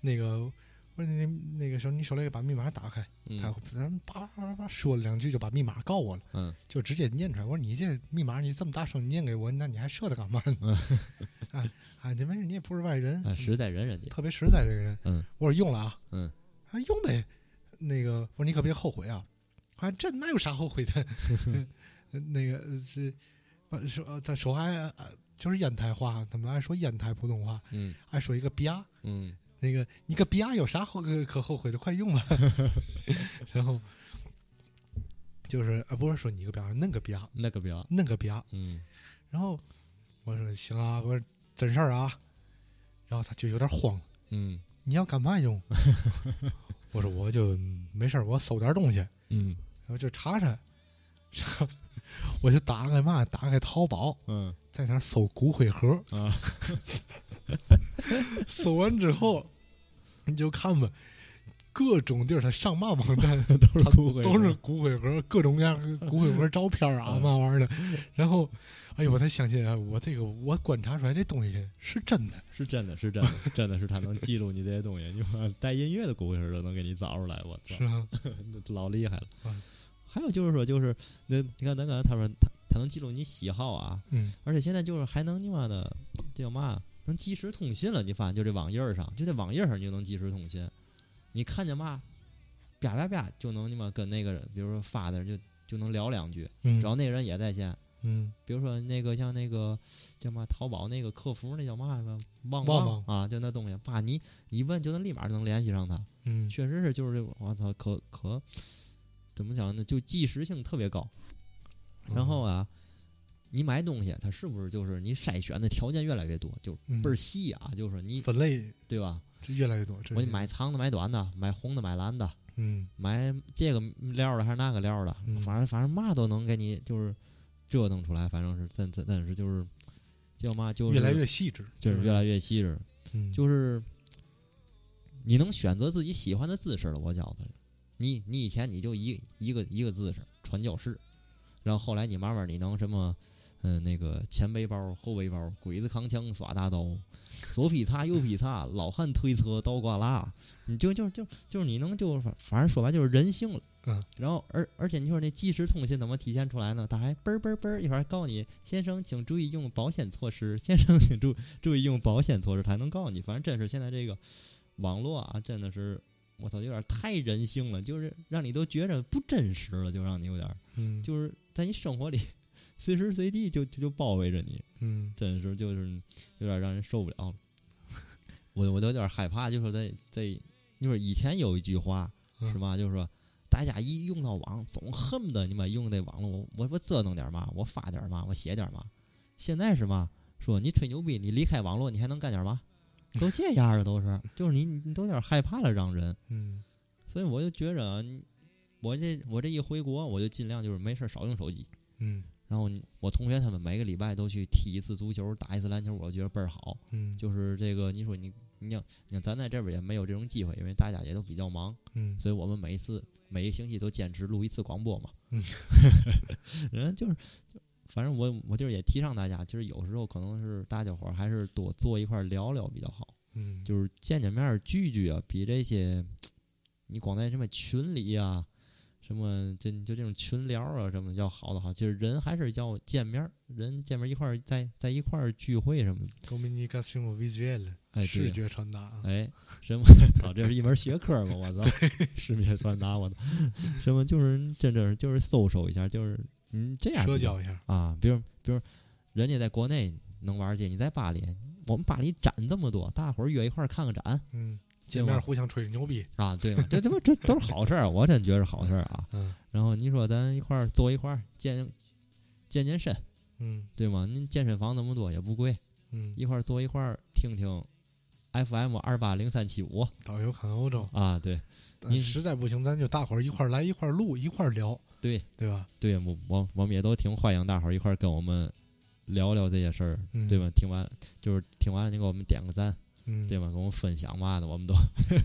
Speaker 9: 那个我说那那个时候你手里把密码打开，他
Speaker 10: 嗯
Speaker 9: 然叭叭叭叭说了两句就把密码告我了，
Speaker 10: 嗯，
Speaker 9: 就直接念出来，我说你这密码你这么大声念给我，那你还设它干嘛呢？ 啊啊，你没事，你也不是外人，
Speaker 10: 啊，实在人人家，
Speaker 9: 特别实在这个人。
Speaker 10: 嗯，
Speaker 9: 我说用了啊，
Speaker 10: 嗯，
Speaker 9: 啊用呗。那个我说你可别后悔啊，啊这哪有啥后悔的？ 那个呃是呃说呃他说还呃就是烟台话，他们爱说烟台普通话，
Speaker 10: 嗯
Speaker 9: 爱说一个吧。
Speaker 10: 嗯
Speaker 9: 那个你个吧有啥后可可后悔的？快用吧。 然后就是啊，不是说你个吧，恁个吧，
Speaker 10: 那个表，
Speaker 9: 恁个吧。
Speaker 10: 嗯
Speaker 9: 然后我说行啊，我说真事儿啊。然后他就有点慌了。
Speaker 10: 嗯
Speaker 9: 你要干 嘛用？我说我就没事儿，我搜点东西，然
Speaker 10: 嗯
Speaker 9: 后就查查，查， 我就打开嘛，打开淘宝，
Speaker 10: 嗯
Speaker 9: 在那儿搜骨灰盒
Speaker 10: 啊。
Speaker 9: 搜完之后，你就看吧，各种地儿，他上嘛网站
Speaker 10: 都是骨灰盒
Speaker 9: 都是骨灰盒，各种各样的骨灰盒照片啊，嘛玩意儿的。然后，哎呦，我才相信啊，我这个我观察出来这东西是真的。
Speaker 10: 是真的，是真的，真的是他能记录你这些东西。你说带音乐的骨灰盒都能给你找出来，我操
Speaker 9: 是，啊，
Speaker 10: 老厉害了
Speaker 9: 嗯。
Speaker 10: 还有就是说，就是那你看，咱刚才他说他他能记录你喜好啊，
Speaker 9: 嗯，
Speaker 10: 而且现在就是还能你妈的这叫嘛，能即时通信了。你发现就这网页儿上，就在网页儿上你就能即时通信，你看见嘛，啪啪啪就能你妈跟那个人，比如说发的人就就能聊两句，
Speaker 9: 嗯
Speaker 10: 只要那人也在线。
Speaker 9: 嗯
Speaker 10: 比如说那个像那个叫嘛淘宝那个客服那叫嘛来着旺
Speaker 9: 旺
Speaker 10: 旺啊，就那东西，爸你你一问就能立马就能联系上他，
Speaker 9: 嗯，
Speaker 10: 确实是就是这我操可可怎么讲呢，就即时性特别高。然后啊，你买东西它是不是就是你筛选的条件越来越多，就
Speaker 9: 嗯
Speaker 10: 倍儿细啊，就是你
Speaker 9: 分类
Speaker 10: 对吧？
Speaker 9: 越来越多。这
Speaker 10: 我
Speaker 9: 是
Speaker 10: 买长的买短的，买红的买蓝的，
Speaker 9: 嗯
Speaker 10: 买这个料的还是那个料的，
Speaker 9: 嗯
Speaker 10: 反正反正嘛都能给你就是折腾出来，反正是真真真是就是叫嘛就是
Speaker 9: 越来越细致，
Speaker 10: 就是越来越细致，
Speaker 9: 嗯
Speaker 10: 就是你能选择自己喜欢的姿势了。我觉得你你以前你就一一个一个姿势传教士，然后后来你慢慢你能什么嗯、呃那个前背包后背包，鬼子扛枪耍大刀，左劈叉右劈叉，老汉推车倒挂拉，你就就就就是你能就反反正说白就是人性了。
Speaker 9: 嗯，
Speaker 10: 然后而而且你说那即时通信怎么体现出来呢？他还嘣儿嘣儿嘣儿一会儿还告诉你，先生请注意用保险措施，先生请注注意用保险措施，他还能告诉你。反正真是现在这个网络啊，真的是我操，有点太人性了，就是让你都觉着不真实了，就让你有点儿
Speaker 9: 嗯
Speaker 10: 就是在你生活里 随时随地就就就包围着你，
Speaker 9: 嗯
Speaker 10: 真是就是有点让人受不了了。我我都有点害怕，就是在在就是以前有一句话
Speaker 9: 嗯
Speaker 10: 是吧，就是说大家一用到网，总恨不得你妈用这网络，我我我折腾点嘛，我发点嘛，我写点嘛。现在是嘛，说你吹牛逼，你离开网络，你还能干点嘛？都这样了，都是，就是你你都有点害怕了，让人。
Speaker 9: 嗯
Speaker 10: 所以我就觉着啊，你我这我这一回国，我就尽量就是没事儿少用手机。
Speaker 9: 嗯
Speaker 10: 然后我同学他们每个礼拜都去踢一次足球，打一次篮球，我觉得倍儿好。
Speaker 9: 嗯
Speaker 10: 就是这个，你说你你想你想咱在这边也没有这种机会，因为大家也都比较忙，
Speaker 9: 嗯
Speaker 10: 所以我们每一次每一个星期都坚持录一次广播嘛。
Speaker 9: 嗯，
Speaker 10: 人家就是就反正我我就是也提倡大家，其实有时候可能是大家伙儿还是多坐一块儿聊聊比较好。
Speaker 9: 嗯，
Speaker 10: 就是见见面儿聚聚啊，比这些你光在什么群里啊，什么就就这种群聊啊什么的要好的好，就是人还是要见面儿，人见面儿一块儿在在一块儿聚会什么的。
Speaker 9: comunicação visual，
Speaker 10: 哎，对
Speaker 9: 视觉传达啊，
Speaker 10: 哎，什么？ 操，这是一门学科吗？我操，识别传达，我操， 什么就是真正是就是搜搜一下，就是嗯这样
Speaker 9: 社
Speaker 10: 比较
Speaker 9: 交一下，
Speaker 10: 啊，比如比如人家在国内能玩儿这，你在巴黎，我们巴黎展这么多，大伙儿约一块儿看个展。
Speaker 9: 嗯，
Speaker 10: 对
Speaker 9: 见面
Speaker 10: 吗
Speaker 9: 互相吹牛逼，
Speaker 10: 啊，对嘛，这这不这都是好事儿，我真觉得是好事儿啊。
Speaker 9: 嗯，
Speaker 10: 然后你说咱一块儿坐一块儿健健健身，
Speaker 9: 嗯
Speaker 10: 对吗？您健身房那么多也不贵，
Speaker 9: 嗯，
Speaker 10: 一块儿坐一块儿听听 FM 二八零三七五
Speaker 9: 导游看欧洲，
Speaker 10: 啊，对
Speaker 9: 但
Speaker 10: 你
Speaker 9: 实在不行，咱就大伙儿一块儿来，一块儿录，一块儿聊，
Speaker 10: 对
Speaker 9: 对吧？
Speaker 10: 对，我我我们也都挺欢迎大伙儿一块儿跟我们聊聊这些事儿，
Speaker 9: 嗯
Speaker 10: 对吧？听完就是听完了，您给我们点个赞，
Speaker 9: 嗯，
Speaker 10: 对吧？给我们分享嘛的，我们都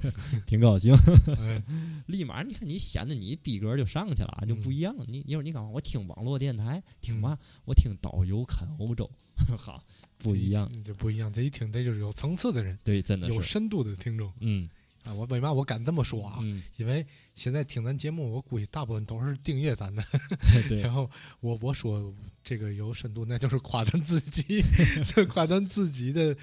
Speaker 10: 挺高兴。
Speaker 9: 哎
Speaker 10: 嗯立马你看你显得你逼格就上去了，就
Speaker 9: 嗯
Speaker 10: 不一样了。你一会儿你干嘛？我听网络电台，听嘛？我听导游看欧洲， 哈，不一样。，
Speaker 9: 这不一样，这一听这就是有层次的人，
Speaker 10: 对，真的
Speaker 9: 有
Speaker 10: 是，
Speaker 9: 深度的听众
Speaker 10: 嗯
Speaker 9: 啊！我为嘛我敢这么说啊？
Speaker 10: 嗯，
Speaker 9: 因为现在听咱节目，我估计大部分都是订阅咱的。
Speaker 10: 对
Speaker 9: 然后我我说这个有深度，那就是夸咱 自己，这夸咱自己的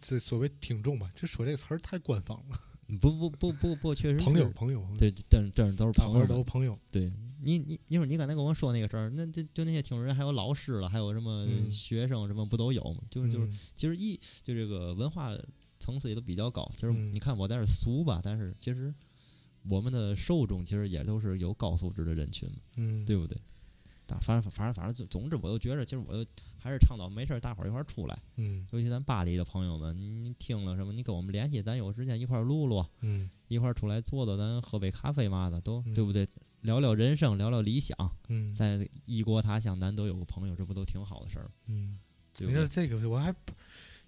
Speaker 9: 这所谓听众吧。这说这词儿太官方了，
Speaker 10: 不不不不不，确实是
Speaker 9: 朋友，朋友朋友，
Speaker 10: 对，但是但是都是
Speaker 9: 大
Speaker 10: 朋
Speaker 9: 伙
Speaker 10: 友
Speaker 9: 儿都
Speaker 10: 们。
Speaker 9: 朋友。
Speaker 10: 对你你一会儿你刚才跟我说那个事儿，那就就那些听众人还有老师了，还有什么
Speaker 9: 嗯
Speaker 10: 学生什么不都有吗？就是就是，
Speaker 9: 嗯
Speaker 10: 其实一就这个文化层次也都比较高。其实
Speaker 9: 嗯
Speaker 10: 你看我在这儿俗吧，但是其实我们的受众其实也都是有高素质的人群。
Speaker 9: 嗯，
Speaker 10: 对不对？但反正反正反正总总之，我就觉着，其实我就还是倡导没事儿大伙儿一块儿出来，
Speaker 9: 嗯
Speaker 10: 尤其咱巴黎的朋友们，你听了什么，你跟我们联系，咱有时间一块儿录录，
Speaker 9: 嗯
Speaker 10: 一块儿出来坐坐，咱喝杯咖啡嘛的，都、
Speaker 9: 嗯
Speaker 10: 对不对？聊聊人生，聊聊理想，
Speaker 9: 嗯
Speaker 10: 在异国他乡难得有个朋友，这不都挺好的事儿吗？
Speaker 9: 嗯，
Speaker 10: 对
Speaker 9: 你
Speaker 10: 不
Speaker 9: 说
Speaker 10: 对？
Speaker 9: 这个我还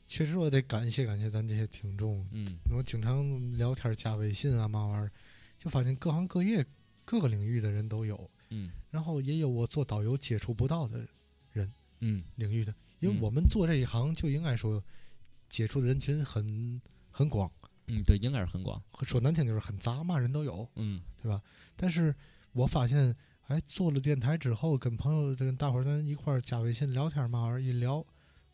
Speaker 9: 确实我得感谢感谢咱这些听众，
Speaker 10: 嗯
Speaker 9: 我经常聊天加微信啊嘛玩意儿，就发现各行各业、各个领域的人都有，
Speaker 10: 嗯
Speaker 9: 然后也有我做导游接触不到的
Speaker 10: 嗯
Speaker 9: 领域的，因为
Speaker 10: 嗯
Speaker 9: 我们做这一行就应该说接触的人群很很广，
Speaker 10: 嗯，对，应该是很广，
Speaker 9: 说难听就是很杂嘛，人都有。
Speaker 10: 嗯
Speaker 9: 但是我发现，哎，做了电台之后，跟朋友跟大伙儿咱一块儿加微信聊天嘛，玩意儿一聊，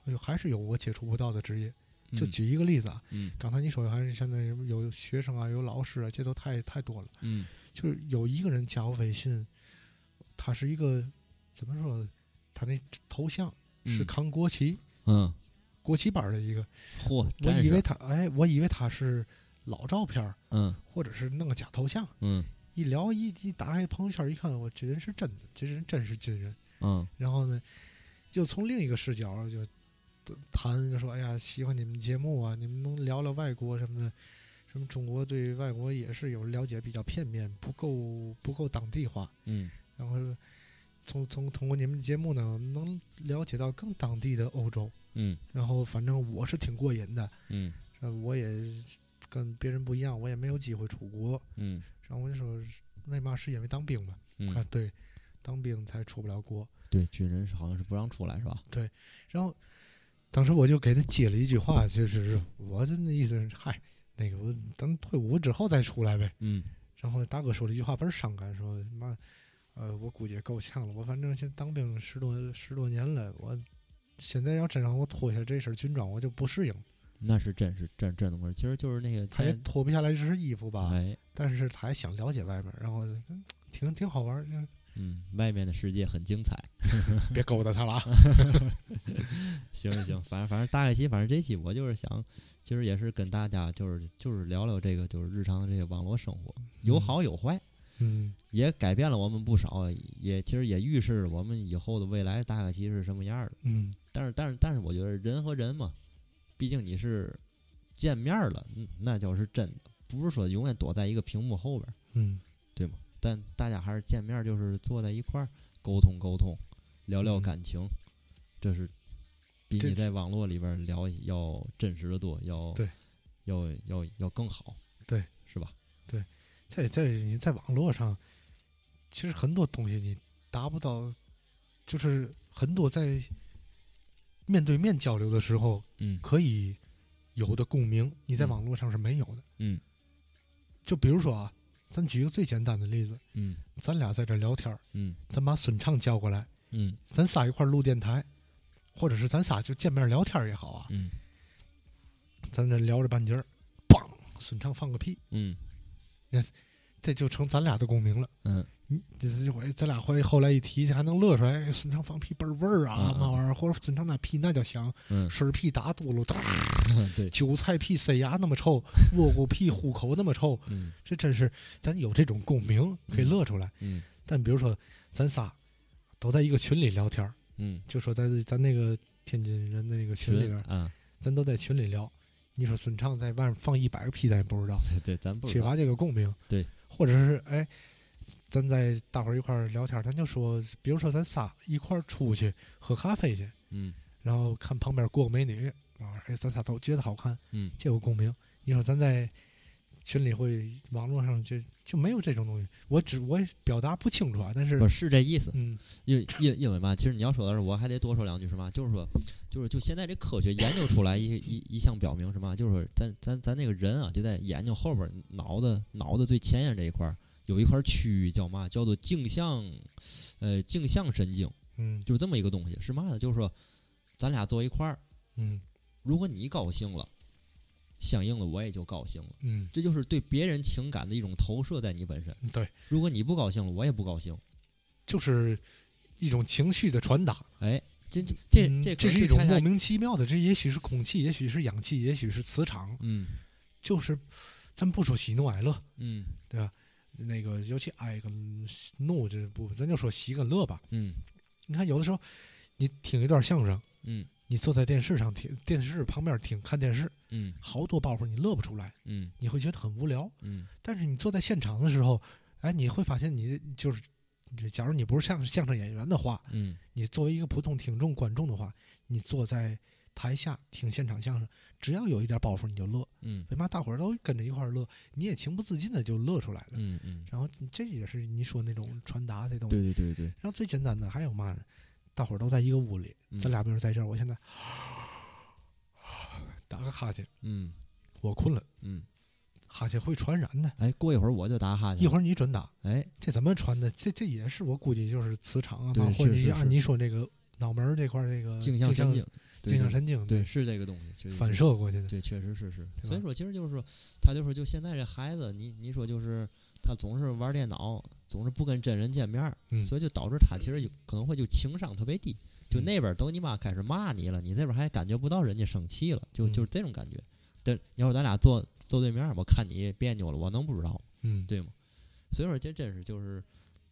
Speaker 9: 哎呦，还是有我接触不到的职业。就
Speaker 10: 嗯
Speaker 9: 举一个例子啊，
Speaker 10: 嗯
Speaker 9: 刚才你说还是现在什么有学生啊，有老师啊，这都太太多了。
Speaker 10: 嗯
Speaker 9: 就是有一个人加我微信，他是一个怎么说？他那头像是
Speaker 10: 嗯
Speaker 9: 扛国旗，
Speaker 10: 嗯，
Speaker 9: 国旗班儿的一个。
Speaker 10: 嚯，
Speaker 9: 我
Speaker 10: 真
Speaker 9: 以为
Speaker 10: 是，
Speaker 9: 他，哎，我以为他是老照片儿，
Speaker 10: 嗯
Speaker 9: 或者是弄个假头像。
Speaker 10: 嗯
Speaker 9: 一聊一一打开朋友圈一看，我这人是真的，这人真是军人。
Speaker 10: 嗯
Speaker 9: 然后呢，又从另一个视角就谈，就说哎呀，喜欢你们节目啊，你们能聊聊外国什么的，什么中国对外国也是有了解比较片面，不够不够当地化。
Speaker 10: 嗯
Speaker 9: 然后从从通过你们的节目呢，我们能了解到更当地的欧洲。
Speaker 10: 嗯
Speaker 9: 然后反正我是挺过瘾的，
Speaker 10: 嗯
Speaker 9: 呃我也跟别人不一样，我也没有机会出国。
Speaker 10: 嗯
Speaker 9: 然后我就说，为嘛是因为当兵嘛？啊
Speaker 10: 嗯，，
Speaker 9: 对，当兵才出不了国。
Speaker 10: 对，军人是好像是不让出来是吧？
Speaker 9: 然后当时我就给他接了一句话，就是我的那意思是，嗨，那个我等退伍之后再出来呗。
Speaker 10: 嗯
Speaker 9: 然后大哥说了一句话，倍儿伤感，说妈，呃，我估计也够呛了，我反正现在当兵十多十多年了，我现在要真让我脱下这身军装，我就不适应。
Speaker 10: 那是真是真真的不是，其实就是那个
Speaker 9: 他也
Speaker 10: 在
Speaker 9: 脱不下来这身衣服吧，
Speaker 10: 哎
Speaker 9: 但是他还想了解外面，然后嗯挺挺好玩儿，嗯
Speaker 10: 嗯，外面的世界很精 彩。
Speaker 9: 别勾搭他了啊。
Speaker 10: 行行，反正反正大概期，反正这期我就是想，其实也是跟大家就是就是聊聊这个就是日常的这个网络生活，有好有坏，
Speaker 9: 嗯，
Speaker 10: 也改变了我们不少，也其实也预示了我们以后的未来大概期是什么样的。
Speaker 9: 嗯
Speaker 10: 但是但是但是，我觉得人和人嘛，毕竟你是见面了，嗯那就是真的，不是说永远躲在一个屏幕后边儿。
Speaker 9: 嗯
Speaker 10: 但大家还是见面，就是坐在一块儿沟通沟通，聊聊
Speaker 9: 嗯
Speaker 10: 感情，这是比
Speaker 9: 这
Speaker 10: 你在网络里边儿聊要真实的多，要
Speaker 9: 对，
Speaker 10: 要要要更好，
Speaker 9: 对，
Speaker 10: 是吧？
Speaker 9: 在在你在网络上，其实很多东西你达不到，就是很多在面对面交流的时候
Speaker 10: 嗯
Speaker 9: 可以有的共鸣，你在
Speaker 10: 嗯
Speaker 9: 网络上是没有的。
Speaker 10: 嗯，
Speaker 9: 就比如说啊，咱举个最简单的例子，
Speaker 10: 嗯
Speaker 9: 咱俩在这聊天儿，
Speaker 10: 嗯
Speaker 9: 咱把孙畅叫过来，
Speaker 10: 嗯
Speaker 9: 咱仨一块儿录电台，或者是咱仨就见面聊天儿也好啊，
Speaker 10: 嗯
Speaker 9: 咱这聊着半截儿，梆，孙畅放个屁，
Speaker 10: 嗯
Speaker 9: 这就成咱俩的共鸣了。
Speaker 10: 嗯
Speaker 9: 这这回咱俩回后来一提还能乐出来，哎孙昌放屁倍儿味儿啊
Speaker 10: 嗯，嗯
Speaker 9: 嘛玩意儿，或者孙昌那屁那叫香，
Speaker 10: 嗯
Speaker 9: 水屁打嘟噜，哒
Speaker 10: 对，
Speaker 9: 韭菜屁塞牙那么臭，窝瓜屁虎口那么臭，
Speaker 10: 嗯
Speaker 9: 这真是咱有这种共鸣可以乐出来。
Speaker 10: 嗯
Speaker 9: 但比如说咱仨都在一个群里聊天儿，
Speaker 10: 嗯，
Speaker 9: 就说在咱那个天津人的那个群里边儿，
Speaker 10: 啊，
Speaker 9: 咱都在群里聊，你说孙昌在外面放一百个屁，咱也不知道。
Speaker 10: 对对，咱不知
Speaker 9: 缺
Speaker 10: 道
Speaker 9: 乏这个共鸣。
Speaker 10: 对，
Speaker 9: 或者是哎，咱在大伙儿一块儿聊天儿，咱就说，比如说咱仨一块儿出去喝咖啡去，
Speaker 10: 嗯
Speaker 9: 然后看旁边过个美女啊，哎，咱仨都觉得好看，
Speaker 10: 嗯
Speaker 9: 这有共鸣。你说咱在群里会网络上就就没有这种东西，我只我也表达不清楚啊，但是
Speaker 10: 不是这意思，
Speaker 9: 嗯
Speaker 10: 因为因为因为嘛，其实你要说的是，我还得多说两句是嘛，就是说，就是就现在这科学研究出来一一一项表明什么，就是说咱咱咱那个人啊，就在眼睛后边儿脑子脑子最前沿这一块儿有一块区域叫嘛，叫做镜像，呃，镜像神经，
Speaker 9: 嗯
Speaker 10: 就是这么一个东西，是嘛呢？就是说，咱俩坐一块儿，
Speaker 9: 嗯
Speaker 10: 如果你高兴了，相应的我也就高兴了，
Speaker 9: 嗯，
Speaker 10: 这就是对别人情感的一种投射在你本身。
Speaker 9: 对，
Speaker 10: 如果你不高兴了，我也不高兴。
Speaker 9: 就是一种情绪的传达。
Speaker 10: 哎，这这这
Speaker 9: 嗯
Speaker 10: 这
Speaker 9: 这
Speaker 10: 可
Speaker 9: 是
Speaker 10: 能
Speaker 9: 一种
Speaker 10: 恰恰
Speaker 9: 莫名其妙的，这也许是空气，也许是氧气，也许是磁场，
Speaker 10: 嗯。
Speaker 9: 就是咱不说喜怒哀乐，
Speaker 10: 嗯
Speaker 9: 那个尤其哀跟怒这部分，咱就说喜跟乐吧。
Speaker 10: 嗯
Speaker 9: 你看，有的时候你听一段相声，
Speaker 10: 嗯
Speaker 9: 你坐在电视上听，电视旁边听看电视，
Speaker 10: 嗯
Speaker 9: 好多包袱你乐不出来，
Speaker 10: 嗯
Speaker 9: 你会觉得很无聊。
Speaker 10: 嗯
Speaker 9: 但是你坐在现场的时候，哎，你会发现你就是，假如你不是相相声演员的话，
Speaker 10: 嗯
Speaker 9: 你作为一个普通听众观众的话，你坐在台下听现场相声，只要有一点包袱你就乐，
Speaker 10: 嗯
Speaker 9: 为嘛大伙儿都跟着一块儿乐，你也情不自禁的就乐出来了。
Speaker 10: 嗯嗯，
Speaker 9: 然后这也是你说那种传达这东西。
Speaker 10: 对对对对，
Speaker 9: 然后最简单的还有嘛呢？大伙儿都在一个屋里，
Speaker 10: 嗯
Speaker 9: 咱俩比如在这儿，我现在打个哈欠，
Speaker 10: 嗯
Speaker 9: 我困了，
Speaker 10: 嗯，
Speaker 9: 哈欠会传染的，
Speaker 10: 哎，过一会儿我就打哈欠，
Speaker 9: 一会儿你准打，
Speaker 10: 哎，
Speaker 9: 这怎么传的？这这也是我估计就是磁场啊，
Speaker 10: 对
Speaker 9: 或者
Speaker 10: 是
Speaker 9: 你
Speaker 10: 是
Speaker 9: 按
Speaker 10: 是
Speaker 9: 你说这个脑门儿这块儿这个
Speaker 10: 镜像神经，对
Speaker 9: 镜像
Speaker 10: 对
Speaker 9: 神经
Speaker 10: 对，是这个东西，确实
Speaker 9: 反
Speaker 10: 是
Speaker 9: 射过去的，
Speaker 10: 对，确实是是。
Speaker 9: 对
Speaker 10: 所以
Speaker 9: 吧
Speaker 10: 说，其实就是说，他就说，就现在这孩子，你你说就是他总是玩电脑，总是不跟真人见面儿，
Speaker 9: 嗯
Speaker 10: 所以就导致他其实有可能会就情商特别低。就那边儿都你妈开始骂你了，你这边儿还感觉不到人家生气了，就
Speaker 9: 嗯
Speaker 10: 就是这种感觉。但你说咱俩坐坐对面儿，我看你别扭了，我能不知道吗
Speaker 9: 嗯，
Speaker 10: 对吗？所以说，这真是就是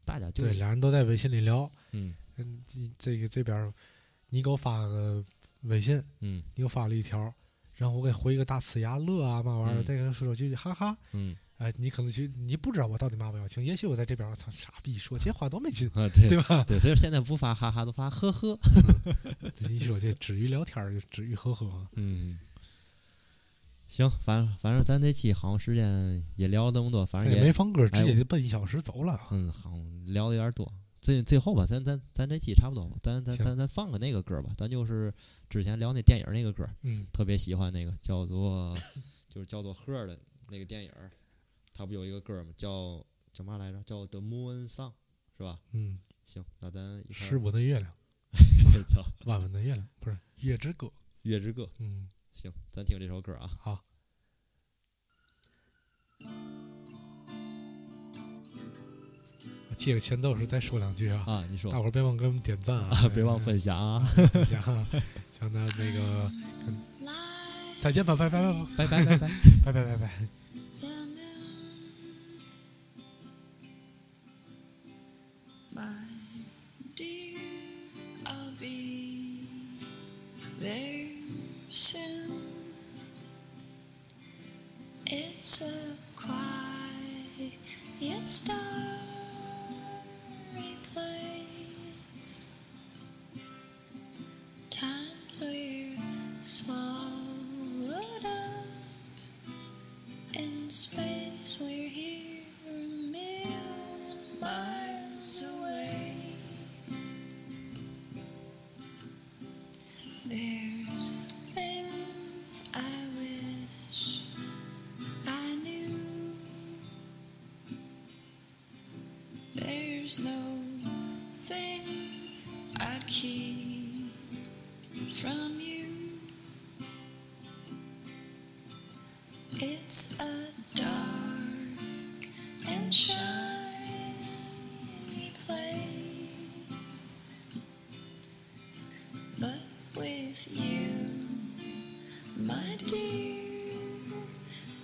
Speaker 10: 大家就
Speaker 9: 对，
Speaker 10: 是
Speaker 9: 俩人都在微信里聊，
Speaker 10: 嗯
Speaker 9: 嗯，这这个这边儿你给我发个微信，
Speaker 10: 嗯
Speaker 9: 你给我发了一条，然后我给回一个大呲牙乐啊嘛玩意儿，
Speaker 10: 嗯
Speaker 9: 再跟说两句哈哈，
Speaker 10: 嗯
Speaker 9: 哎，你可能去你不知道我到底嘛不要听，也许我在这边儿我操傻逼说这话多没劲，
Speaker 10: 啊，对
Speaker 9: 对吧？
Speaker 10: 对，所以说现在不发哈哈，都发呵呵。
Speaker 9: 一说这止于聊天儿就止于呵呵啊，
Speaker 10: 嗯，行，反正反正咱这期好像时间也聊了这么多，反正
Speaker 9: 也
Speaker 10: 也
Speaker 9: 没放歌，直
Speaker 10: 哎
Speaker 9: 接
Speaker 10: 我
Speaker 9: 就奔一小时走了啊。
Speaker 10: 嗯，好像聊的有点多。最最后吧，咱咱咱这期差不多吧，咱咱
Speaker 9: 行
Speaker 10: 咱咱放个那个歌吧，咱就是之前聊那电影那个歌，
Speaker 9: 嗯
Speaker 10: 特别喜欢那个叫做就是叫做《赫》的那个电影，它不有一个歌吗？叫叫嘛来着？叫《The Moon Song》是吧？
Speaker 9: 嗯，
Speaker 10: 行，那咱一块
Speaker 9: 十
Speaker 10: 儿
Speaker 9: 五的月亮，
Speaker 10: 我操，
Speaker 9: 弯弯的月亮，不是月之歌。
Speaker 10: 月之歌，
Speaker 9: 嗯，
Speaker 10: 行，咱听这首歌啊。
Speaker 9: 好。我借个前奏时再说两句啊，
Speaker 10: 啊，你说
Speaker 9: 大伙儿别忘给我们点赞啊
Speaker 10: 啊，，别忘分享 啊，
Speaker 9: 分享啊，行，那那个跟再见吧，拜拜拜
Speaker 10: 拜拜拜拜。
Speaker 9: 拜拜拜拜。
Speaker 3: My dear, I'll be there soon. It's a quiet, yet starry place. Times we're swallowed up. In space, we're here a million miles away. There's things I wish I knew. There's no thing I'd keep from you. It's a dark and shiny place, but with you, my dear,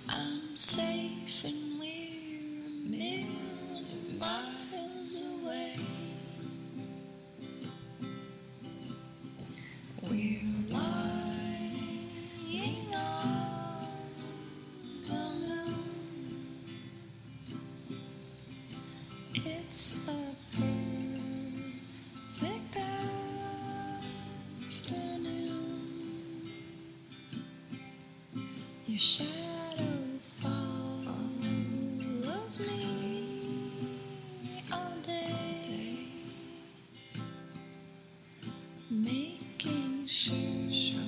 Speaker 3: I'm safe and we're a million miles away. We're lying on the moon. It's a perfect afternoon. Your shadow follows me all day, making sure.